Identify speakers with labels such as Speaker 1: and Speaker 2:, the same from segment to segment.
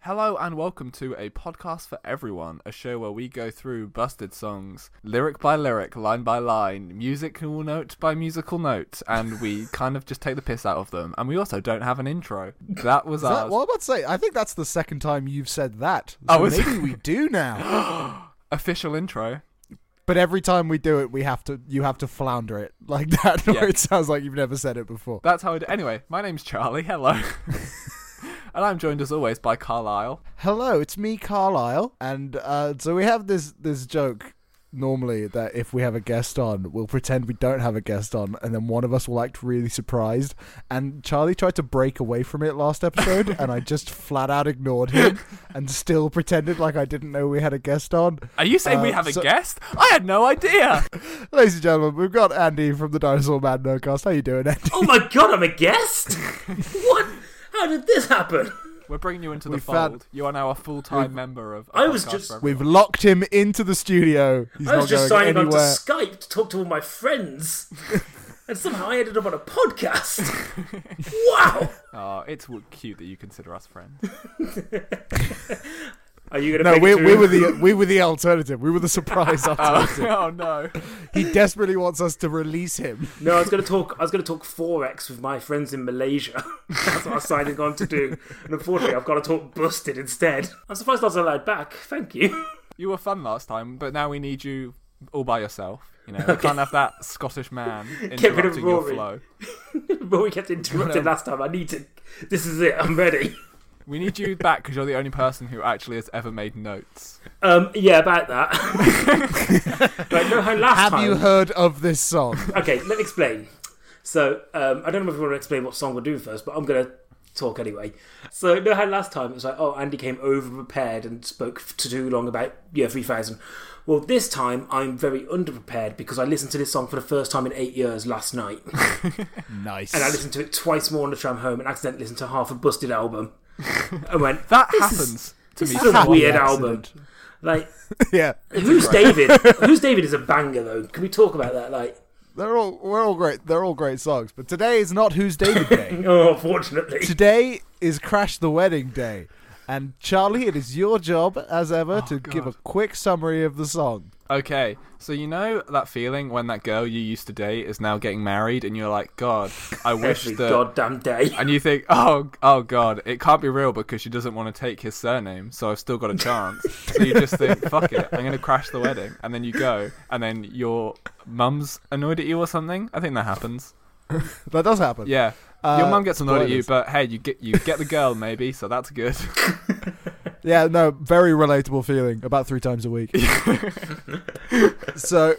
Speaker 1: Hello and welcome to a podcast for everyone, a show where we go through busted songs, lyric by lyric, line by line, musical note by musical note, and we kind of just take the piss out of them. And we also don't have an intro. That was
Speaker 2: Is
Speaker 1: our
Speaker 2: that, well, I'm about to say, I think that's the second time you've said that. So
Speaker 1: Oh, is-
Speaker 2: maybe we do now.
Speaker 1: official intro.
Speaker 2: But every time we do it, we have to. You have to flounder it like that,
Speaker 1: Yeah.
Speaker 2: where it sounds like you've never said it before.
Speaker 1: That's how I do. Anyway, my name's Charlie. Hello. and I'm joined as always by Carlisle.
Speaker 2: Hello, it's me, Carlisle, and uh, so we have this this joke normally that if we have a guest on, we'll pretend we don't have a guest on, and then one of us will act really surprised. And Charlie tried to break away from it last episode, and I just flat out ignored him, and still pretended like I didn't know we had a guest on.
Speaker 1: Are you saying we
Speaker 2: Uh,
Speaker 1: have a
Speaker 2: so-
Speaker 1: guest? I had no idea.
Speaker 2: Ladies and gentlemen, we've got Andy from the Dinosaur Man Nerdcast. How you doing, Andy?
Speaker 3: Oh my god, I'm a guest? what? How did this happen?
Speaker 1: We're bringing you into the
Speaker 2: We
Speaker 1: fold.
Speaker 2: found-
Speaker 1: You are now a full-time member of.
Speaker 3: I was
Speaker 1: Podcast
Speaker 3: just-
Speaker 1: for
Speaker 2: We've locked him into the studio. He's
Speaker 3: I was
Speaker 2: not going
Speaker 3: just signing on to
Speaker 2: anywhere.
Speaker 3: Skype to talk to all my friends. and somehow I ended up on a podcast. wow!
Speaker 1: Oh, it's w- cute that you consider us friends.
Speaker 3: Are you going to
Speaker 2: no,
Speaker 3: make
Speaker 2: we,
Speaker 3: it
Speaker 2: we
Speaker 3: through?
Speaker 2: were the we were the alternative. We were the surprise alternative.
Speaker 1: oh no.
Speaker 2: he desperately wants us to release him.
Speaker 3: No, I was going to talk I was going to talk forex with my friends in Malaysia. That's what I was signing on to do. And unfortunately, I've got to talk busted instead. I'm surprised I was allowed back. Thank you.
Speaker 1: You were fun last time, but now we need you all by yourself. You know, we can't have that Scottish man
Speaker 3: rid of
Speaker 1: interrupting your
Speaker 3: Rory.
Speaker 1: flow.
Speaker 3: but we kept interrupted last time. I need to This is it. I'm ready.
Speaker 1: We need you back because you're the only person who actually has ever made notes.
Speaker 3: Um yeah, about that. right, no, how last
Speaker 2: Have
Speaker 3: time.
Speaker 2: you heard of this song?
Speaker 3: okay, let me explain. So, um, I don't know if we want to explain what song we're doing first, but I'm going to talk anyway. So, you know how last time it was like, oh, Andy came over prepared and spoke f- too long about Year 3000. Well, this time I'm very underprepared because I listened to this song for the first time in eight years last night.
Speaker 2: nice.
Speaker 3: And I listened to it twice more on the tram home and accidentally listened to half a busted album. I went,
Speaker 1: That
Speaker 3: this is-
Speaker 1: happens to
Speaker 3: this
Speaker 1: me.
Speaker 3: is a
Speaker 1: quite-
Speaker 3: weird album.
Speaker 2: accident.
Speaker 3: Like,
Speaker 2: yeah,
Speaker 3: Who's David? Who's David is a banger, though. Can we talk about that? Like,
Speaker 2: they're all we're all great. They're all great songs. But today is not Who's David Day.
Speaker 3: oh, fortunately.
Speaker 2: today is Crash the Wedding Day. And Charlie, it is your job, as ever,
Speaker 1: Oh,
Speaker 2: to give a quick summary of the song.
Speaker 1: Okay, so you know that feeling when that girl you used to date is now getting married, and you're like, God, I wish
Speaker 3: Every
Speaker 1: that.
Speaker 3: goddamn day.
Speaker 1: And you think, oh, oh God, it can't be real because she doesn't want to take his surname, so I've still got a chance. so you just think, fuck it, I'm going to crash the wedding. And then you go, and then your mum's annoyed at you or something. I think that happens.
Speaker 2: That does happen.
Speaker 1: Yeah. your
Speaker 2: Uh,
Speaker 1: mum gets annoyed at you,
Speaker 2: spoilers.
Speaker 1: but hey, you get you get the girl maybe, so that's good.
Speaker 2: Yeah, no, very relatable feeling. About three times a week. so,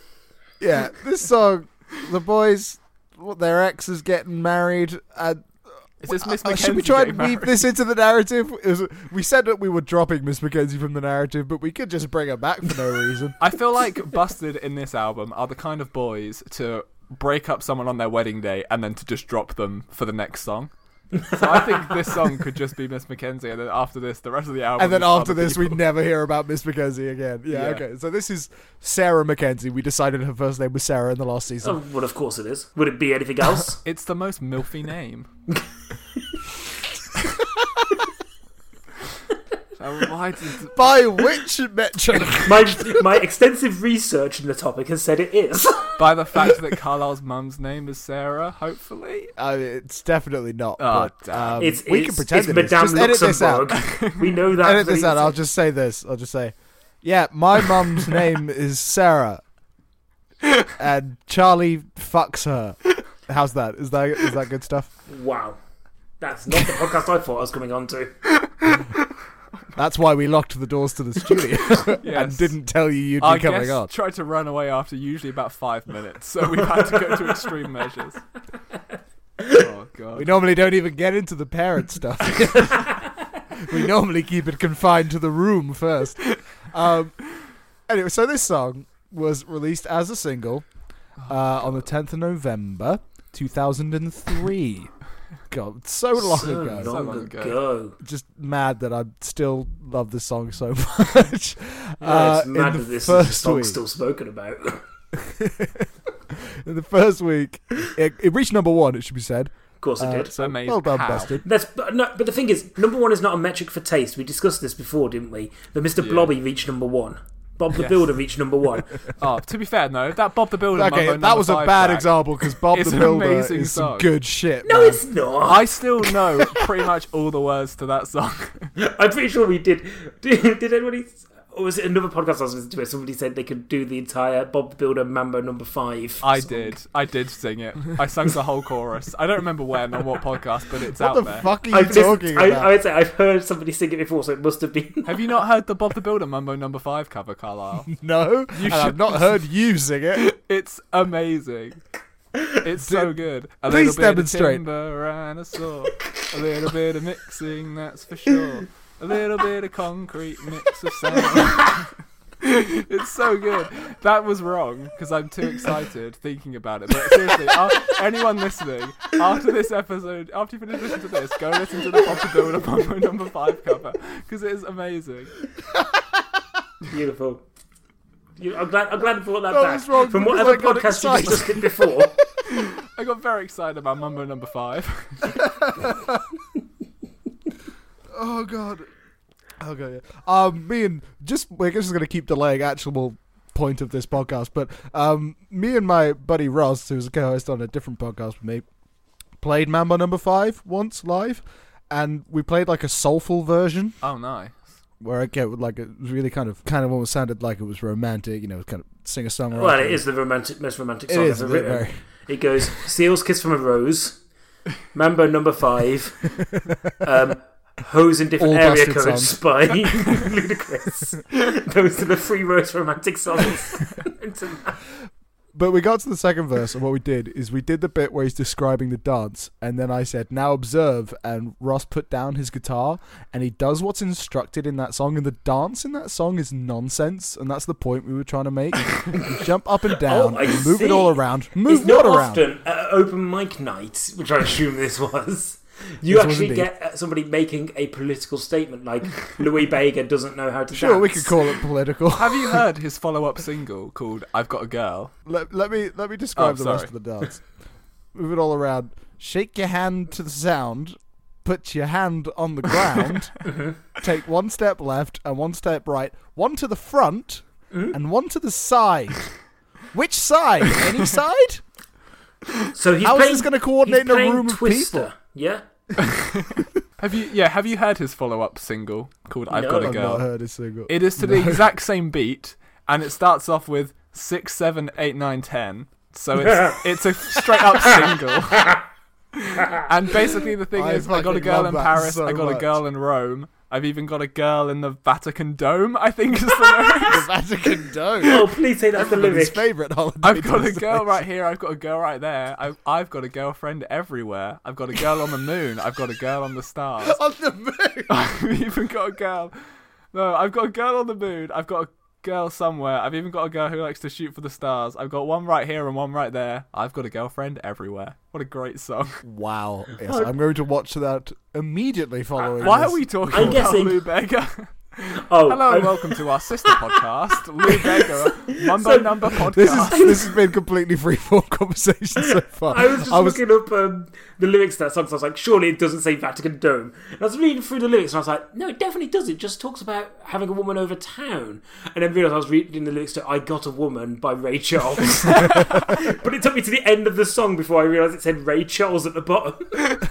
Speaker 2: yeah, this song, the boys, well, their ex is getting married. And
Speaker 1: Is this Miss
Speaker 2: uh,
Speaker 1: McKenzie
Speaker 2: should we try
Speaker 1: getting
Speaker 2: and weave
Speaker 1: married?
Speaker 2: this into the narrative? Is- we said that we were dropping Miss Mackenzie from the narrative, but we could just bring her back for no reason.
Speaker 1: I feel like Busted in this album are the kind of boys to break up someone on their wedding day and then to just drop them for the next song. So I think this song could just be Miss McKenzie, and then after this, the rest of the album.
Speaker 2: and then
Speaker 1: is other
Speaker 2: after this,
Speaker 1: people.
Speaker 2: we'd never hear about Miss Mackenzie again. Yeah,
Speaker 1: Yeah.
Speaker 2: okay. So this is Sarah Mackenzie. We decided her first name was Sarah in the last season.
Speaker 3: Oh, well, of course it is. Would it be anything else?
Speaker 1: It's the most milfy name. So why did-
Speaker 2: By which metric?
Speaker 3: my my extensive research in the topic has said it is.
Speaker 2: Um,
Speaker 1: by the fact that Carlisle's mum's name is Sarah, hopefully.
Speaker 2: I mean, Uh, it's definitely not.
Speaker 1: Oh,
Speaker 2: but, um,
Speaker 3: It's
Speaker 2: we
Speaker 3: it's,
Speaker 2: can pretend
Speaker 3: it's
Speaker 2: it is.
Speaker 3: Madame
Speaker 2: Just edit this out.
Speaker 3: Luxembourg. we know that.
Speaker 2: edit this out.
Speaker 3: reason.
Speaker 2: I'll just say this. I'll just say, yeah, my mum's name is Sarah, and Charlie fucks her. How's that? Is that is that good stuff?
Speaker 3: Wow, that's not the podcast I thought I was coming on to.
Speaker 2: That's why we locked the doors to the studio and
Speaker 1: Yes.
Speaker 2: didn't tell you you'd be
Speaker 1: Our
Speaker 2: coming
Speaker 1: guest
Speaker 2: on.
Speaker 1: tried to run away after usually about five minutes, so we've had to go to extreme measures. Oh
Speaker 2: We
Speaker 1: god.
Speaker 2: normally don't even get into the parent stuff. we normally keep it confined to the room first. Um, anyway, so this song was released as a single uh, on the 10th of November 2003. God, so long
Speaker 3: so
Speaker 2: ago.
Speaker 3: long,
Speaker 1: long
Speaker 3: ago.
Speaker 1: ago.
Speaker 2: Just mad that I still love this song so much.
Speaker 3: Yeah,
Speaker 2: Uh,
Speaker 3: it's mad
Speaker 2: in the
Speaker 3: that this is a
Speaker 2: first
Speaker 3: song
Speaker 2: week.
Speaker 3: still spoken about.
Speaker 2: In the first week, it, it reached number one. It should be said.
Speaker 3: Of course it did.
Speaker 1: So amazing.
Speaker 2: Well done,
Speaker 1: How?
Speaker 2: Busted.
Speaker 3: That's but no, but the thing is, number one is not a metric for taste. We discussed this before, didn't we? That Mr. Blobby reached number one. Bob the
Speaker 1: Yes.
Speaker 3: Builder reached number one.
Speaker 1: Oh, to be fair, no, that Bob the Builder.
Speaker 2: Okay,
Speaker 1: Mumbo
Speaker 2: that was a
Speaker 1: number five
Speaker 2: bad
Speaker 1: track,
Speaker 2: example because Bob
Speaker 1: It's
Speaker 2: the
Speaker 1: an
Speaker 2: Builder
Speaker 1: amazing
Speaker 2: is some
Speaker 1: song.
Speaker 2: good shit.
Speaker 3: no,
Speaker 2: man.
Speaker 3: it's not.
Speaker 1: I still know pretty much all the words to that song.
Speaker 3: I'm pretty sure we did. Did, did anybody? Or was it another podcast I was listening to where somebody said they could do the entire Bob the Builder Mambo number five?
Speaker 1: I
Speaker 3: song?
Speaker 1: did. I did sing it. I sang the whole chorus. I don't remember when on what podcast, but it's
Speaker 2: What
Speaker 1: out
Speaker 2: the
Speaker 1: there.
Speaker 2: fuck are you
Speaker 3: I've listened-
Speaker 2: talking
Speaker 3: I,
Speaker 2: about?
Speaker 3: I would say I've heard somebody sing it before, so it must have been.
Speaker 1: Have you not heard the Bob the Builder Mumbo Number Five cover, Carlisle?
Speaker 2: no, and I've
Speaker 1: should-
Speaker 2: not heard you sing it.
Speaker 1: It's amazing. It's so good. A
Speaker 2: please
Speaker 1: little bit
Speaker 2: demonstrate.
Speaker 1: Of timber and a saw. A little bit of mixing, that's for sure. A little bit of concrete mix of sand. it's so good. That was wrong because I'm too excited thinking about it. But seriously, a- anyone listening, after this episode, after you finish listening to this, go listen to the Popper Builder Mumbo number five cover because it is amazing.
Speaker 3: Beautiful. You- I'm glad. I'm glad I brought that
Speaker 2: That
Speaker 3: back
Speaker 2: was wrong
Speaker 3: from
Speaker 2: because
Speaker 3: whatever
Speaker 2: I got
Speaker 3: podcast you
Speaker 2: excited.
Speaker 3: discussed it before.
Speaker 1: I got very excited about Mumbo number five.
Speaker 2: Oh god. Oh god. Yeah. Um, me and just we're just gonna keep delaying actual point of this podcast, but um, me and my buddy Ross, who's a co-host on a different podcast with me, played Mambo Number Five once live, and we played like a soulful version
Speaker 1: Oh, nice.
Speaker 2: where I get like it was really kind of kind of almost sounded like it was romantic, you know, kind of sing a song.
Speaker 3: well, it is the romantic, most romantic
Speaker 2: It
Speaker 3: song
Speaker 2: is
Speaker 3: ever
Speaker 2: very-
Speaker 3: written. It goes Seals Kiss from a Rose, Mambo Number Five, um, Hose in Different
Speaker 2: All
Speaker 3: Area
Speaker 2: busted
Speaker 3: Codes
Speaker 2: songs.
Speaker 3: by Ludacris. Those are the three most romantic songs.
Speaker 2: But we got to the second verse, and what we did is we did the bit where he's describing the dance, and then I said, "Now observe," and Ross put down his guitar, and he does what's instructed in that song, and the dance in that song is nonsense, and that's the point we were trying to make. You jump up and down,
Speaker 3: Oh, I
Speaker 2: and move it
Speaker 3: see.
Speaker 2: all around,
Speaker 3: it's
Speaker 2: move
Speaker 3: not
Speaker 2: what around.
Speaker 3: often at open mic night, which I assume this was. You
Speaker 2: This was
Speaker 3: actually
Speaker 2: indeed.
Speaker 3: get uh, somebody making a political statement like Louis Bega doesn't know how to
Speaker 2: Sure,
Speaker 3: dance.
Speaker 2: we could call it political.
Speaker 1: Have you heard his follow-up single called "I've Got a Girl"?
Speaker 2: let, let me let me describe
Speaker 1: Oh,
Speaker 2: the rest
Speaker 1: sorry.
Speaker 2: of the dance. Move it all around. Shake your hand to the sound. Put your hand on the ground.
Speaker 1: Mm-hmm.
Speaker 2: take one step left and one step right. One to the front
Speaker 1: Mm-hmm.
Speaker 2: and one to the side. Which side? Any side?
Speaker 3: So he's
Speaker 2: How is
Speaker 3: playing,
Speaker 2: this gonna
Speaker 3: he's
Speaker 2: coordinate in a
Speaker 3: playing
Speaker 2: room of
Speaker 3: Twister,
Speaker 2: people?
Speaker 3: Yeah,
Speaker 1: Have you? Yeah, have you heard his follow-up single called "I've
Speaker 3: No.
Speaker 1: Got a
Speaker 2: I've not
Speaker 1: Girl"?
Speaker 2: heard a single.
Speaker 1: It is to the exact same beat, and it starts off with six, seven, eight, nine, ten. So it's it's a straight-up single. and basically, the thing
Speaker 2: I
Speaker 1: is, I got a
Speaker 2: fucking
Speaker 1: girl
Speaker 2: love
Speaker 1: in
Speaker 2: that
Speaker 1: Paris.
Speaker 2: so
Speaker 1: I got
Speaker 2: much.
Speaker 1: a girl in Rome. I've even got a girl in the Vatican Dome. I think is the lyrics.
Speaker 2: Vatican
Speaker 3: Oh, please say that's the
Speaker 2: His
Speaker 3: lyric.
Speaker 2: favorite holiday.
Speaker 1: I've got a
Speaker 2: destination.
Speaker 1: girl right here. I've got a girl right there. I've, I've got a girlfriend everywhere. I've got a girl on the moon. I've got a girl on the stars.
Speaker 2: on the moon.
Speaker 1: I've even got a girl. No, I've got a girl on the moon. I've got a girl somewhere. I've even got a girl who likes to shoot for the stars. I've got one right here and one right there. I've got a girlfriend everywhere. What a great song.
Speaker 2: Wow. Yes,
Speaker 3: Oh.
Speaker 2: I'm going to watch that immediately following.
Speaker 1: Why
Speaker 2: this.
Speaker 1: are we talking
Speaker 3: I'm
Speaker 1: about
Speaker 3: guessing-
Speaker 1: Lou Bega?
Speaker 3: Oh,
Speaker 1: Hello
Speaker 3: I'm-
Speaker 1: and welcome to our sister podcast, Lou Bega, Mumbo
Speaker 3: So-
Speaker 1: Number Podcast.
Speaker 2: This is this has been completely freeform conversation so far.
Speaker 3: I was just looking up um, the lyrics to that song. So I was like, surely it doesn't say Vatican Dome. And I was reading through the lyrics, and I was like, no, it definitely does. It just talks about having a woman over town. And then realised I was reading the lyrics to "I Got a Woman" by Ray Charles. but it took me to the end of the song before I realised it said Ray Charles at the bottom.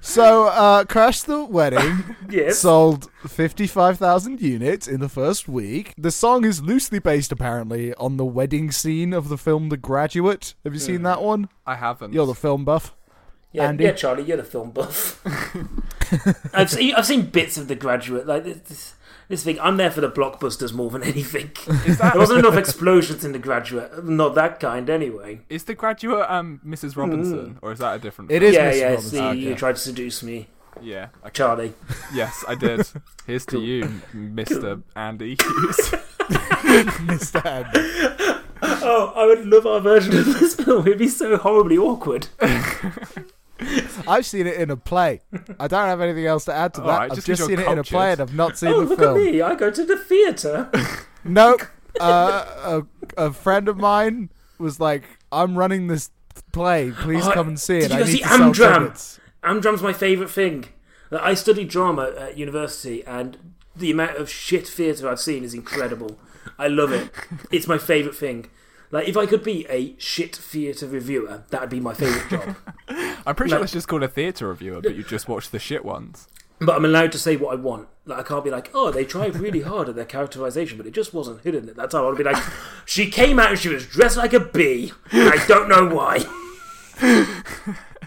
Speaker 2: so uh, Crash the Wedding
Speaker 3: yes.
Speaker 2: sold fifty five thousand units in the first week. The song is loosely based apparently on the wedding scene of the film The Graduate. Have you seen that one?
Speaker 1: I haven't.
Speaker 2: You're the film buff.
Speaker 3: Yeah,
Speaker 2: Andy?
Speaker 3: yeah, Charlie, you're the film buff. I've seen, I've seen bits of The Graduate, like this, this, this thing. I'm there for the blockbusters more than anything. there wasn't enough explosions in The Graduate, not that kind anyway.
Speaker 1: Is the graduate um Mrs. Robinson, or is that a different?
Speaker 2: Mm. It is
Speaker 3: yeah,
Speaker 2: Mrs.
Speaker 3: yeah.
Speaker 2: Robinson.
Speaker 3: See,
Speaker 1: Okay.
Speaker 3: you tried to seduce me,
Speaker 1: Yeah. Okay.
Speaker 3: Charlie.
Speaker 1: Yes, I did. Here's to you, Mr. Andy Hughes.
Speaker 2: Mr. Andy.
Speaker 3: Oh, I would love our version of this film. It'd be so horribly awkward.
Speaker 2: I've seen it in a play. I don't have anything else to add to
Speaker 1: All
Speaker 2: that.
Speaker 1: right,
Speaker 2: I've
Speaker 1: just 'cause
Speaker 2: just
Speaker 1: you're
Speaker 2: seen it in a
Speaker 1: cultured.
Speaker 2: play and I've not seen
Speaker 3: Oh,
Speaker 2: the
Speaker 3: look
Speaker 2: film.
Speaker 3: at me! I go to the theatre.
Speaker 2: Nope. Uh, a, a friend of mine was like, I'm running this play. Please
Speaker 3: Oh,
Speaker 2: come and see it.
Speaker 3: did you
Speaker 2: I
Speaker 3: go
Speaker 2: need
Speaker 3: see
Speaker 2: to sell
Speaker 3: Amdram?
Speaker 2: tickets.
Speaker 3: Amdram's my favourite thing. Like, I studied drama at university, and the amount of shit theatre I've seen is incredible. I love it. It's my favourite thing. Like, if I could be a shit theatre reviewer, that'd be my favourite job.
Speaker 1: I'm pretty sure
Speaker 3: No.
Speaker 1: that's just called a theatre reviewer, but you just watch the shit ones.
Speaker 3: but I'm allowed to say what I want. Like, I can't be like, oh, they tried really hard at their characterisation, but it just wasn't hidden at that time. I'd be like, she came out and she was dressed like a bee. and I don't know why.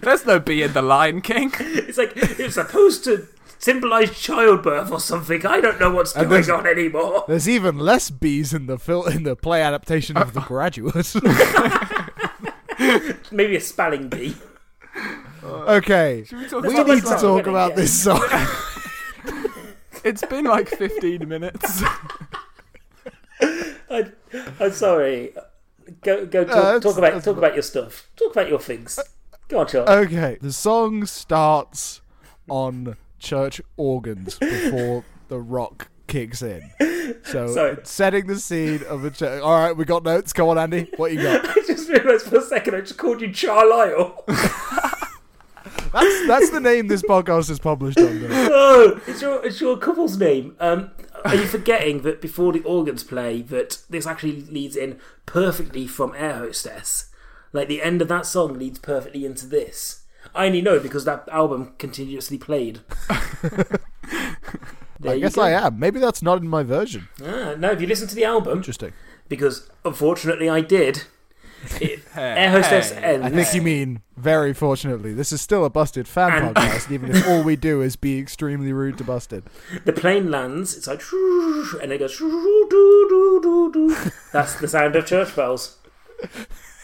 Speaker 1: There's no B in the Lion King.
Speaker 3: It's like it's supposed to symbolise childbirth or something. I don't know what's
Speaker 2: And
Speaker 3: going
Speaker 2: there's-
Speaker 3: on anymore.
Speaker 2: There's even less bees in the fil- in the play adaptation of
Speaker 3: Uh,
Speaker 2: The Graduate.
Speaker 3: Maybe a spelling bee.
Speaker 2: okay,
Speaker 1: Should we talk
Speaker 2: we
Speaker 1: about
Speaker 3: not
Speaker 2: need to
Speaker 3: much
Speaker 2: talk
Speaker 3: time,
Speaker 2: about
Speaker 3: yeah.
Speaker 2: this song.
Speaker 1: It's been like 15 minutes.
Speaker 3: I, I'm sorry. Go go talk,
Speaker 2: that's-
Speaker 3: talk about
Speaker 2: that's Uh,
Speaker 3: talk
Speaker 2: fine.
Speaker 3: about your stuff. Talk about your things. Go on, Charles.
Speaker 2: Okay, the song starts on church organs before the rock kicks in. So,
Speaker 3: Sorry.
Speaker 2: it's setting the scene of a church. All right, we got notes. Go on, Andy. What you got?
Speaker 3: I just realised for a second I just called you Charlisle.
Speaker 2: That's that's the name this podcast is published under.
Speaker 3: oh, it's your it's your couple's name. Um, are you forgetting that before the organs play, that this actually leads in perfectly from Air Hostess? Like the end of that song leads perfectly into this. I only know because that album continuously played. There
Speaker 2: I
Speaker 3: you
Speaker 2: guess
Speaker 3: go.
Speaker 2: I am. Maybe that's not in my version.
Speaker 3: Ah, no, if you listen to the album,
Speaker 2: Interesting.
Speaker 3: because unfortunately I did. It, Air Hostess
Speaker 1: hey.
Speaker 3: ends.
Speaker 2: I think you mean very fortunately. This is still a Busted fan
Speaker 3: And-
Speaker 2: podcast, even if all we do is be extremely rude to Busted.
Speaker 3: the plane lands. It's like and it goes. doo, doo, doo, doo. That's the sound of church bells.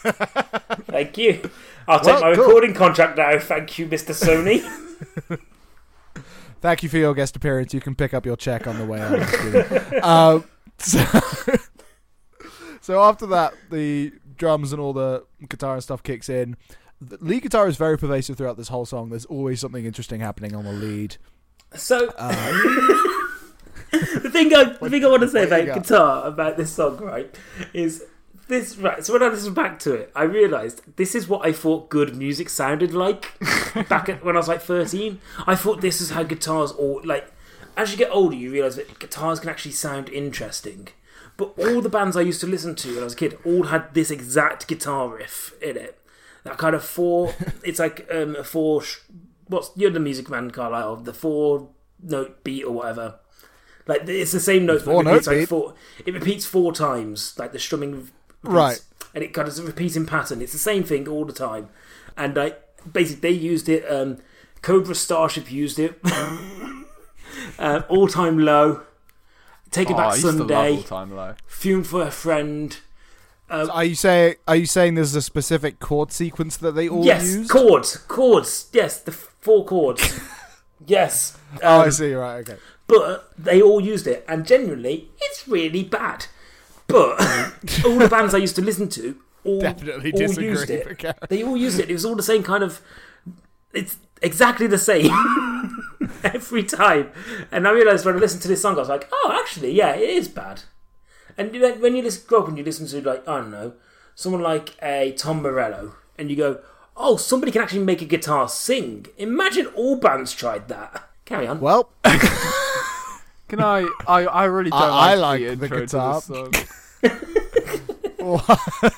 Speaker 3: Thank you. I'll take
Speaker 2: Well,
Speaker 3: my
Speaker 2: cool.
Speaker 3: recording contract now. Thank you, Mr. Sony.
Speaker 2: Thank you for your guest appearance. You can pick up your check on the way out. Just kidding. um, so, so after that, the drums and all the guitar and stuff kicks in. The lead guitar is very pervasive throughout this whole song. There's always something interesting happening on the lead.
Speaker 3: So the thing I the thing I want to say
Speaker 2: Um, what
Speaker 3: about
Speaker 2: you got?
Speaker 3: guitar about this song, right, is this right. So when I listened back to it, I realised this is what I thought good music sounded like back at, when I was like thirteen. I thought this is how guitars all like. As you get older, you realise that guitars can actually sound interesting. But all the bands I used to listen to when I was a kid all had this exact guitar riff in it. That kind of four. it's like um, a four. Sh- what's you're the music man, Carlisle? The four note beat or whatever. Like it's the same note. but
Speaker 2: Four
Speaker 3: it repeats,
Speaker 2: note
Speaker 3: like,
Speaker 2: beat.
Speaker 3: Four, it repeats four times. Like the strumming. repeats,
Speaker 2: Right.
Speaker 3: And it kind of is a repeating pattern. It's the same thing all the time. And like basically they used it. Um, Cobra Starship used it. um, all time low. Take it
Speaker 1: Aw,
Speaker 3: back
Speaker 1: Oh, I used to love
Speaker 3: Sunday.
Speaker 1: all time low.
Speaker 3: Fume for a friend. Um,
Speaker 2: So are you saying? Are you saying there's a specific chord sequence that they all
Speaker 3: yes,
Speaker 2: use?
Speaker 3: chords, chords. Yes, the f- four chords. yes,
Speaker 2: Oh,
Speaker 3: um,
Speaker 2: I see. Right. Okay.
Speaker 3: but they all used it, and genuinely, it's really bad. But all the bands I used to listen to all,
Speaker 2: Definitely
Speaker 3: all
Speaker 2: disagree,
Speaker 3: used
Speaker 2: but
Speaker 3: it.
Speaker 2: carry
Speaker 3: They all used it. It was all the same kind of. It's exactly the same every time, and I realised when I listened to this song, I was like, "Oh, actually, yeah, it is bad." And you know, when you listen, grow up and you listen to like I don't know, someone like a Tom Morello, and you go, "Oh, somebody can actually make a guitar sing." Imagine all bands tried that. Carry on.
Speaker 2: Well,
Speaker 1: Can I? I, I really don't
Speaker 2: I-
Speaker 1: like,
Speaker 2: I like the
Speaker 1: the intro
Speaker 2: guitar.
Speaker 1: to this song.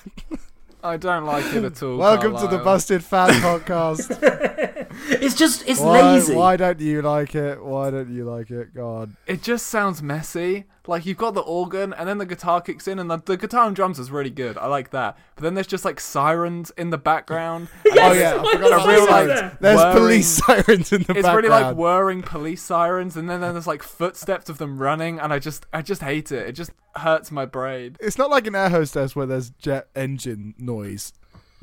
Speaker 1: I don't like it at all.
Speaker 2: welcome to the
Speaker 1: Carlisle.
Speaker 2: Busted Fan Podcast.
Speaker 3: It's just it's
Speaker 2: Why,
Speaker 3: lazy.
Speaker 2: why don't you like it? Why don't you like it? God.
Speaker 1: It just sounds messy. Like you've got the organ, and then the guitar kicks in, and the, the guitar and drums is really good. I like that. But then there's just like sirens in the background.
Speaker 2: Oh
Speaker 3: Yes,
Speaker 2: yeah, I
Speaker 3: why
Speaker 2: forgot
Speaker 3: the
Speaker 2: I realized
Speaker 3: sirens there?
Speaker 2: there's
Speaker 1: Whirring-
Speaker 2: police sirens in the
Speaker 1: It's
Speaker 2: background.
Speaker 1: really like whirring police sirens, and then, then there's like footsteps of them running, and I just I just hate it. It just hurts my brain.
Speaker 2: it's not like an air hostess where there's jet engine noise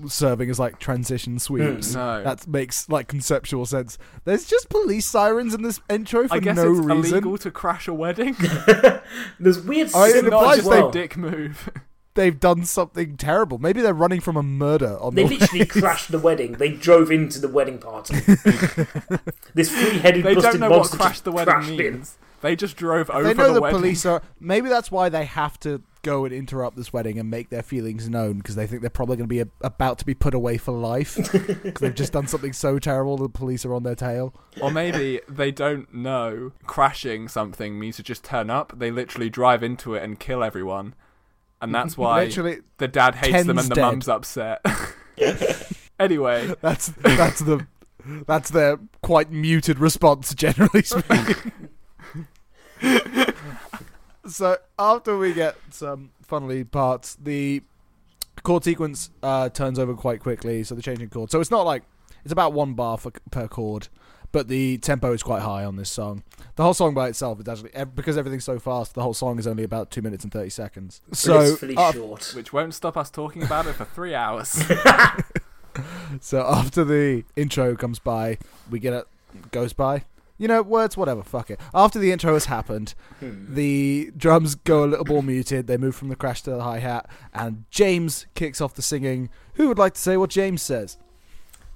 Speaker 2: serving as like transition sweeps.
Speaker 1: Hmm, no.
Speaker 2: That makes like conceptual sense. There's just police sirens in this intro for
Speaker 1: I guess
Speaker 2: no
Speaker 1: it's
Speaker 2: reason.
Speaker 1: illegal to crash a wedding.
Speaker 3: There's weird
Speaker 2: Oh, it
Speaker 3: symbols
Speaker 2: implies
Speaker 3: as
Speaker 1: Just a
Speaker 3: well.
Speaker 1: dick move.
Speaker 2: They've done something terrible. Maybe they're running from a murder on
Speaker 3: They
Speaker 2: the
Speaker 3: literally crashed the wedding. They drove into the wedding party. this three-headed
Speaker 1: They don't
Speaker 3: busted
Speaker 1: know what
Speaker 3: monster
Speaker 1: crash
Speaker 3: just
Speaker 1: the wedding
Speaker 3: crashed in.
Speaker 1: means. They just drove over
Speaker 2: They know
Speaker 1: the
Speaker 2: the
Speaker 1: wedding.
Speaker 2: police are. Maybe that's why they have to go and interrupt this wedding and make their feelings known because they think they're probably going to be a- about to be put away for life because they've just done something so terrible the police are on their tail.
Speaker 1: Or maybe they don't know crashing something means to just turn up. They literally drive into it and kill everyone. And that's why
Speaker 2: Literally,
Speaker 1: the dad hates them
Speaker 2: Ken's
Speaker 1: and the
Speaker 2: dead.
Speaker 1: mum's upset. anyway,
Speaker 2: that's that's the that's their quite muted response, generally speaking. so after we get some funnily parts, the chord sequence uh, turns over quite quickly, so the changing chord. So it's not like it's about one bar for, per chord, but the tempo is quite high on this song. The whole song by itself is actually ev- because everything's so fast. The whole song is only about two minutes and thirty seconds. So uh,
Speaker 3: blissfully
Speaker 1: uh,
Speaker 2: af-
Speaker 3: short.
Speaker 1: which won't stop us talking about it for three hours.
Speaker 2: So after the intro comes by, we get it goes by. You know, words, whatever, fuck it. After the intro has happened,
Speaker 3: Hmm.
Speaker 2: the drums go a little more muted. They move from the crash to the hi hat, and James kicks off the singing. Who would like to say what James says?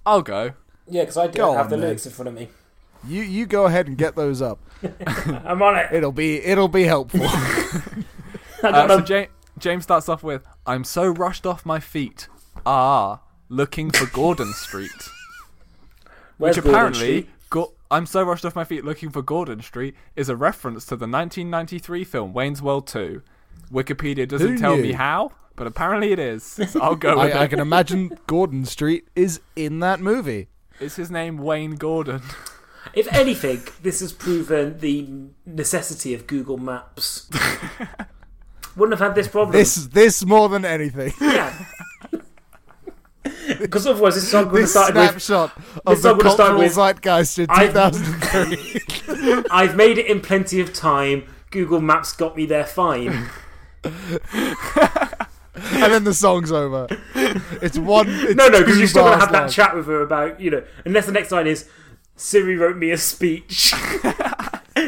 Speaker 1: I'll go.
Speaker 3: Yeah, because I
Speaker 2: Go
Speaker 3: don't have
Speaker 2: on,
Speaker 3: the
Speaker 2: then.
Speaker 3: lyrics in front of me.
Speaker 2: You you go ahead and get those up.
Speaker 3: I'm on it.
Speaker 2: It'll be it'll be helpful.
Speaker 3: I
Speaker 1: Uh,
Speaker 3: got
Speaker 1: so
Speaker 3: them.
Speaker 1: Ja- James starts off with, "I'm so rushed off my feet, ah, looking for Gordon Street,"
Speaker 3: Where's
Speaker 1: which
Speaker 3: Gordon
Speaker 1: apparently,
Speaker 3: Street?
Speaker 1: Go- "I'm so rushed off my feet, looking for Gordon Street" is a reference to the 1993 film Wayne's World 2. Wikipedia doesn't
Speaker 2: Who
Speaker 1: tell
Speaker 2: knew?
Speaker 1: me how, but apparently it is. So I'll go with
Speaker 2: I, I
Speaker 1: it.
Speaker 2: can imagine Gordon Street is in that movie.
Speaker 1: Is his name Wayne Gordon?
Speaker 3: If anything, this has proven the necessity of Google Maps. Wouldn't have had this problem.
Speaker 2: This this more than anything.
Speaker 3: Yeah. Because otherwise, this song would have
Speaker 2: This
Speaker 3: started with
Speaker 2: snapshot of the
Speaker 3: this song would've started
Speaker 2: cultural
Speaker 3: with-
Speaker 2: zeitgeist in
Speaker 3: I've-
Speaker 2: 2003.
Speaker 3: I've made it in plenty of time. Google Maps got me there fine.
Speaker 2: and then the song's over. It's one. It's
Speaker 3: No, no, because
Speaker 2: two
Speaker 3: you're still gonna
Speaker 2: bars
Speaker 3: have that
Speaker 2: long.
Speaker 3: chat with her about you know. Unless the next line is Siri wrote me a speech.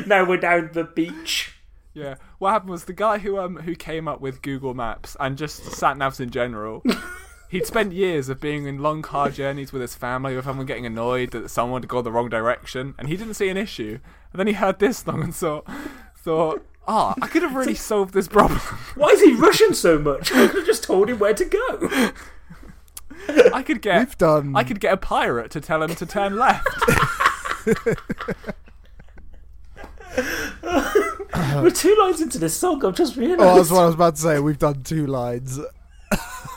Speaker 3: now we're down the beach.
Speaker 1: Yeah. What happened was the guy who um who came up with Google Maps and just sat navs in general. He'd spent years of being in long car journeys with his family, with everyone getting annoyed that someone had gone the wrong direction, and he didn't see an issue. And then he heard this song and thought, thought, ah, I could have really solved this problem.
Speaker 3: Why is he rushing so much? I could have just told him where to go.
Speaker 1: I could get,
Speaker 2: We've done.
Speaker 1: I could get a pirate to tell him to turn left.
Speaker 3: We're two lines into this song. I've just realised.
Speaker 2: Oh, that's what I was about to say. We've done two lines.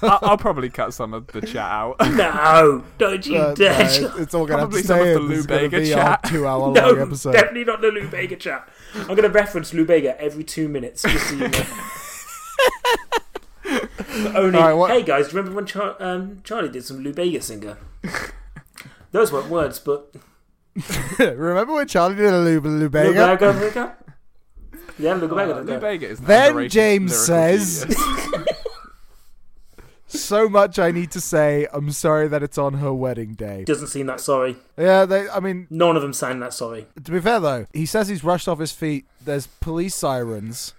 Speaker 1: I- I'll probably cut some of the chat out.
Speaker 3: No, don't you
Speaker 2: Uh,
Speaker 3: dare.
Speaker 2: no, it's all gonna have
Speaker 1: Probably
Speaker 2: to
Speaker 1: some of
Speaker 2: stay
Speaker 1: the
Speaker 2: in. This is gonna
Speaker 1: Lubega
Speaker 2: be our
Speaker 1: chat.
Speaker 2: two-hour long
Speaker 3: No,
Speaker 2: episode.
Speaker 3: definitely not the Lubega chat. I'm going to reference Lubega every two minutes. Just so you know. But only,
Speaker 2: All right, what-
Speaker 3: hey guys, do you remember when Char- um, Charlie did some Lubega singer? Those weren't words, but
Speaker 2: Remember when Charlie did a Lube- Lubega?
Speaker 3: Lubega, Lubega. Yeah,
Speaker 2: Oh,
Speaker 3: Lubega.
Speaker 1: Lou
Speaker 3: Lubega.
Speaker 1: Bega is an
Speaker 2: Then
Speaker 1: underrated
Speaker 2: James
Speaker 1: lyrical
Speaker 2: says-
Speaker 1: genius.
Speaker 2: So much I need to say. I'm sorry that it's on her wedding day.
Speaker 3: Doesn't seem that sorry.
Speaker 2: Yeah, they. I mean,
Speaker 3: None of them sound that sorry.
Speaker 2: to be fair though, he says he's rushed off his feet. There's police sirens,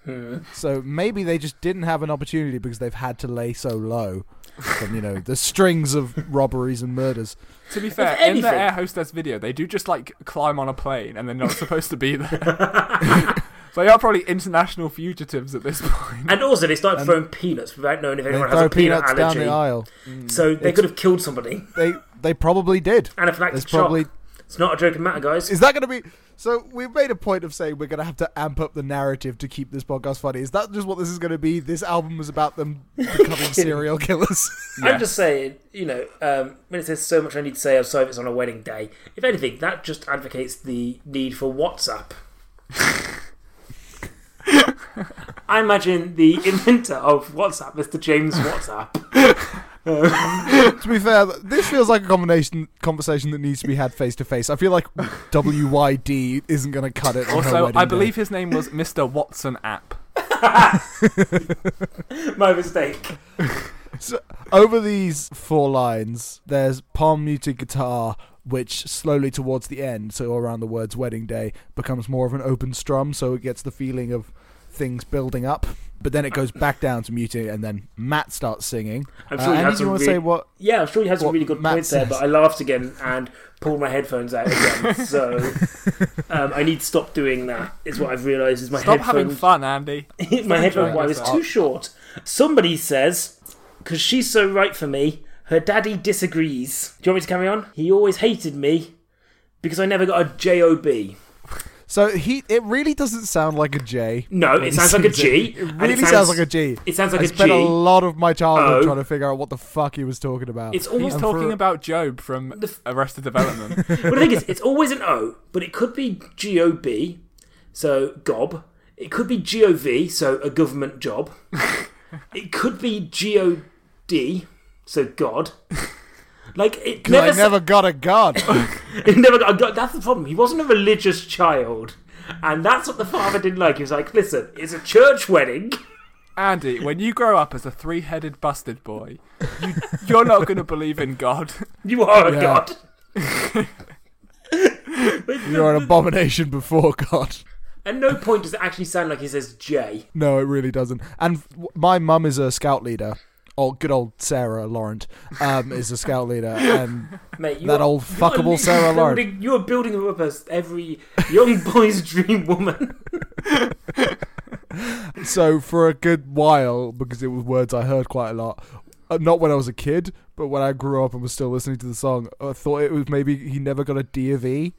Speaker 2: so maybe they just didn't have an opportunity because they've had to lay so low from you know the strings of robberies and murders.
Speaker 1: To be fair, in
Speaker 3: anything-
Speaker 1: the air hostess video, they do just like climb on a plane and they're not supposed to be there. they are probably international fugitives at this point.
Speaker 3: And also, they started throwing peanuts without knowing if
Speaker 2: They
Speaker 3: anyone has
Speaker 2: throw
Speaker 3: a peanut
Speaker 2: peanuts down the
Speaker 3: allergy.
Speaker 2: aisle.
Speaker 3: So they
Speaker 2: It's-
Speaker 3: could have killed somebody.
Speaker 2: They they probably did. There's
Speaker 3: Anaphylactic
Speaker 2: probably
Speaker 3: shock. It's not a joking matter, guys.
Speaker 2: is that going to be? So we've made a point of saying we're going to have to amp up the narrative to keep this podcast funny. Is that just what this is going to be? This album was about them becoming serial killers.
Speaker 1: Yeah.
Speaker 3: I'm just saying, you know, um, when it says so much I need to say, I'm sorry if it's on a wedding day. If anything, that just advocates the need for WhatsApp. I imagine the inventor of WhatsApp, Mr. James WhatsApp.
Speaker 2: to be fair, th- this feels like a combination conversation that needs to be had face to face. I feel like WYD isn't going to cut it. on her
Speaker 1: also,
Speaker 2: wedding
Speaker 1: I
Speaker 2: day.
Speaker 1: believe his name was Mr. Watson App.
Speaker 3: My mistake.
Speaker 2: over these four lines, there's palm muted guitar, which slowly towards the end, so around the words wedding day, becomes more of an open strum, so it gets the feeling of things building up, but then it goes back down to mutiny, and then Matt starts singing.
Speaker 3: I'm
Speaker 2: Uh,
Speaker 3: sure you had
Speaker 2: Andy, do
Speaker 3: some
Speaker 2: you want to
Speaker 3: really-
Speaker 2: say what?
Speaker 3: Yeah, I'm sure you had some
Speaker 2: What
Speaker 3: really good
Speaker 2: Matt
Speaker 3: points there,
Speaker 2: says.
Speaker 3: but I laughed again and pulled my headphones out again. so um, I need to stop doing that. Is what I've realised is my
Speaker 1: Stop having
Speaker 3: headphone
Speaker 1: fun, Andy.
Speaker 3: my headphone
Speaker 1: enjoying
Speaker 3: wire is
Speaker 1: yourself.
Speaker 3: too short. Somebody says because she's so right for me, her daddy disagrees. Do you want me to carry on? He always hated me because I never got a job.
Speaker 2: So he, it really doesn't sound like a J.
Speaker 3: No,
Speaker 2: when
Speaker 3: it
Speaker 2: he
Speaker 3: sounds like a
Speaker 2: sings
Speaker 3: G.
Speaker 2: It,
Speaker 3: and
Speaker 2: really sounds, like a G.
Speaker 3: It sounds like
Speaker 2: I
Speaker 3: a
Speaker 2: spent a
Speaker 3: G.
Speaker 2: lot of my childhood
Speaker 3: Oh.
Speaker 2: trying to figure out what the fuck he was talking about.
Speaker 3: It's always
Speaker 1: He's
Speaker 2: And
Speaker 1: talking
Speaker 2: for-
Speaker 1: about Job from
Speaker 3: The f-
Speaker 1: Arrested Development.
Speaker 3: But the thing is, it's always an O, but it could be G O B, so gob. It could be G O V, so a government job. it could be G O D, so God. Like it
Speaker 2: 'Cause
Speaker 3: never,
Speaker 2: I never got a god.
Speaker 3: it never got, got. That's the problem. He wasn't a religious child, and that's what the father didn't like. He was like, "Listen, it's a church wedding."
Speaker 1: Andy, when you grow up as a three-headed busted boy, you, you're not going to believe in God.
Speaker 3: You are a
Speaker 2: Yeah.
Speaker 3: god.
Speaker 2: You're an abomination before God.
Speaker 3: At no point does it actually sound like he says J.
Speaker 2: No, it really doesn't. And w- my mum is a scout leader. Oh, good old Sarah Laurent um, is a scout leader, and
Speaker 3: Mate, you
Speaker 2: that
Speaker 3: are-
Speaker 2: old
Speaker 3: you are
Speaker 2: fuckable
Speaker 3: literally
Speaker 2: Sarah Laurent.
Speaker 3: building- You are building her up as every young boy's dream woman.
Speaker 2: So for a good while, because it was words I heard quite a lot, uh, not when I was a kid, but when I grew up and was still listening to the song, I thought it was maybe he never got a D of E,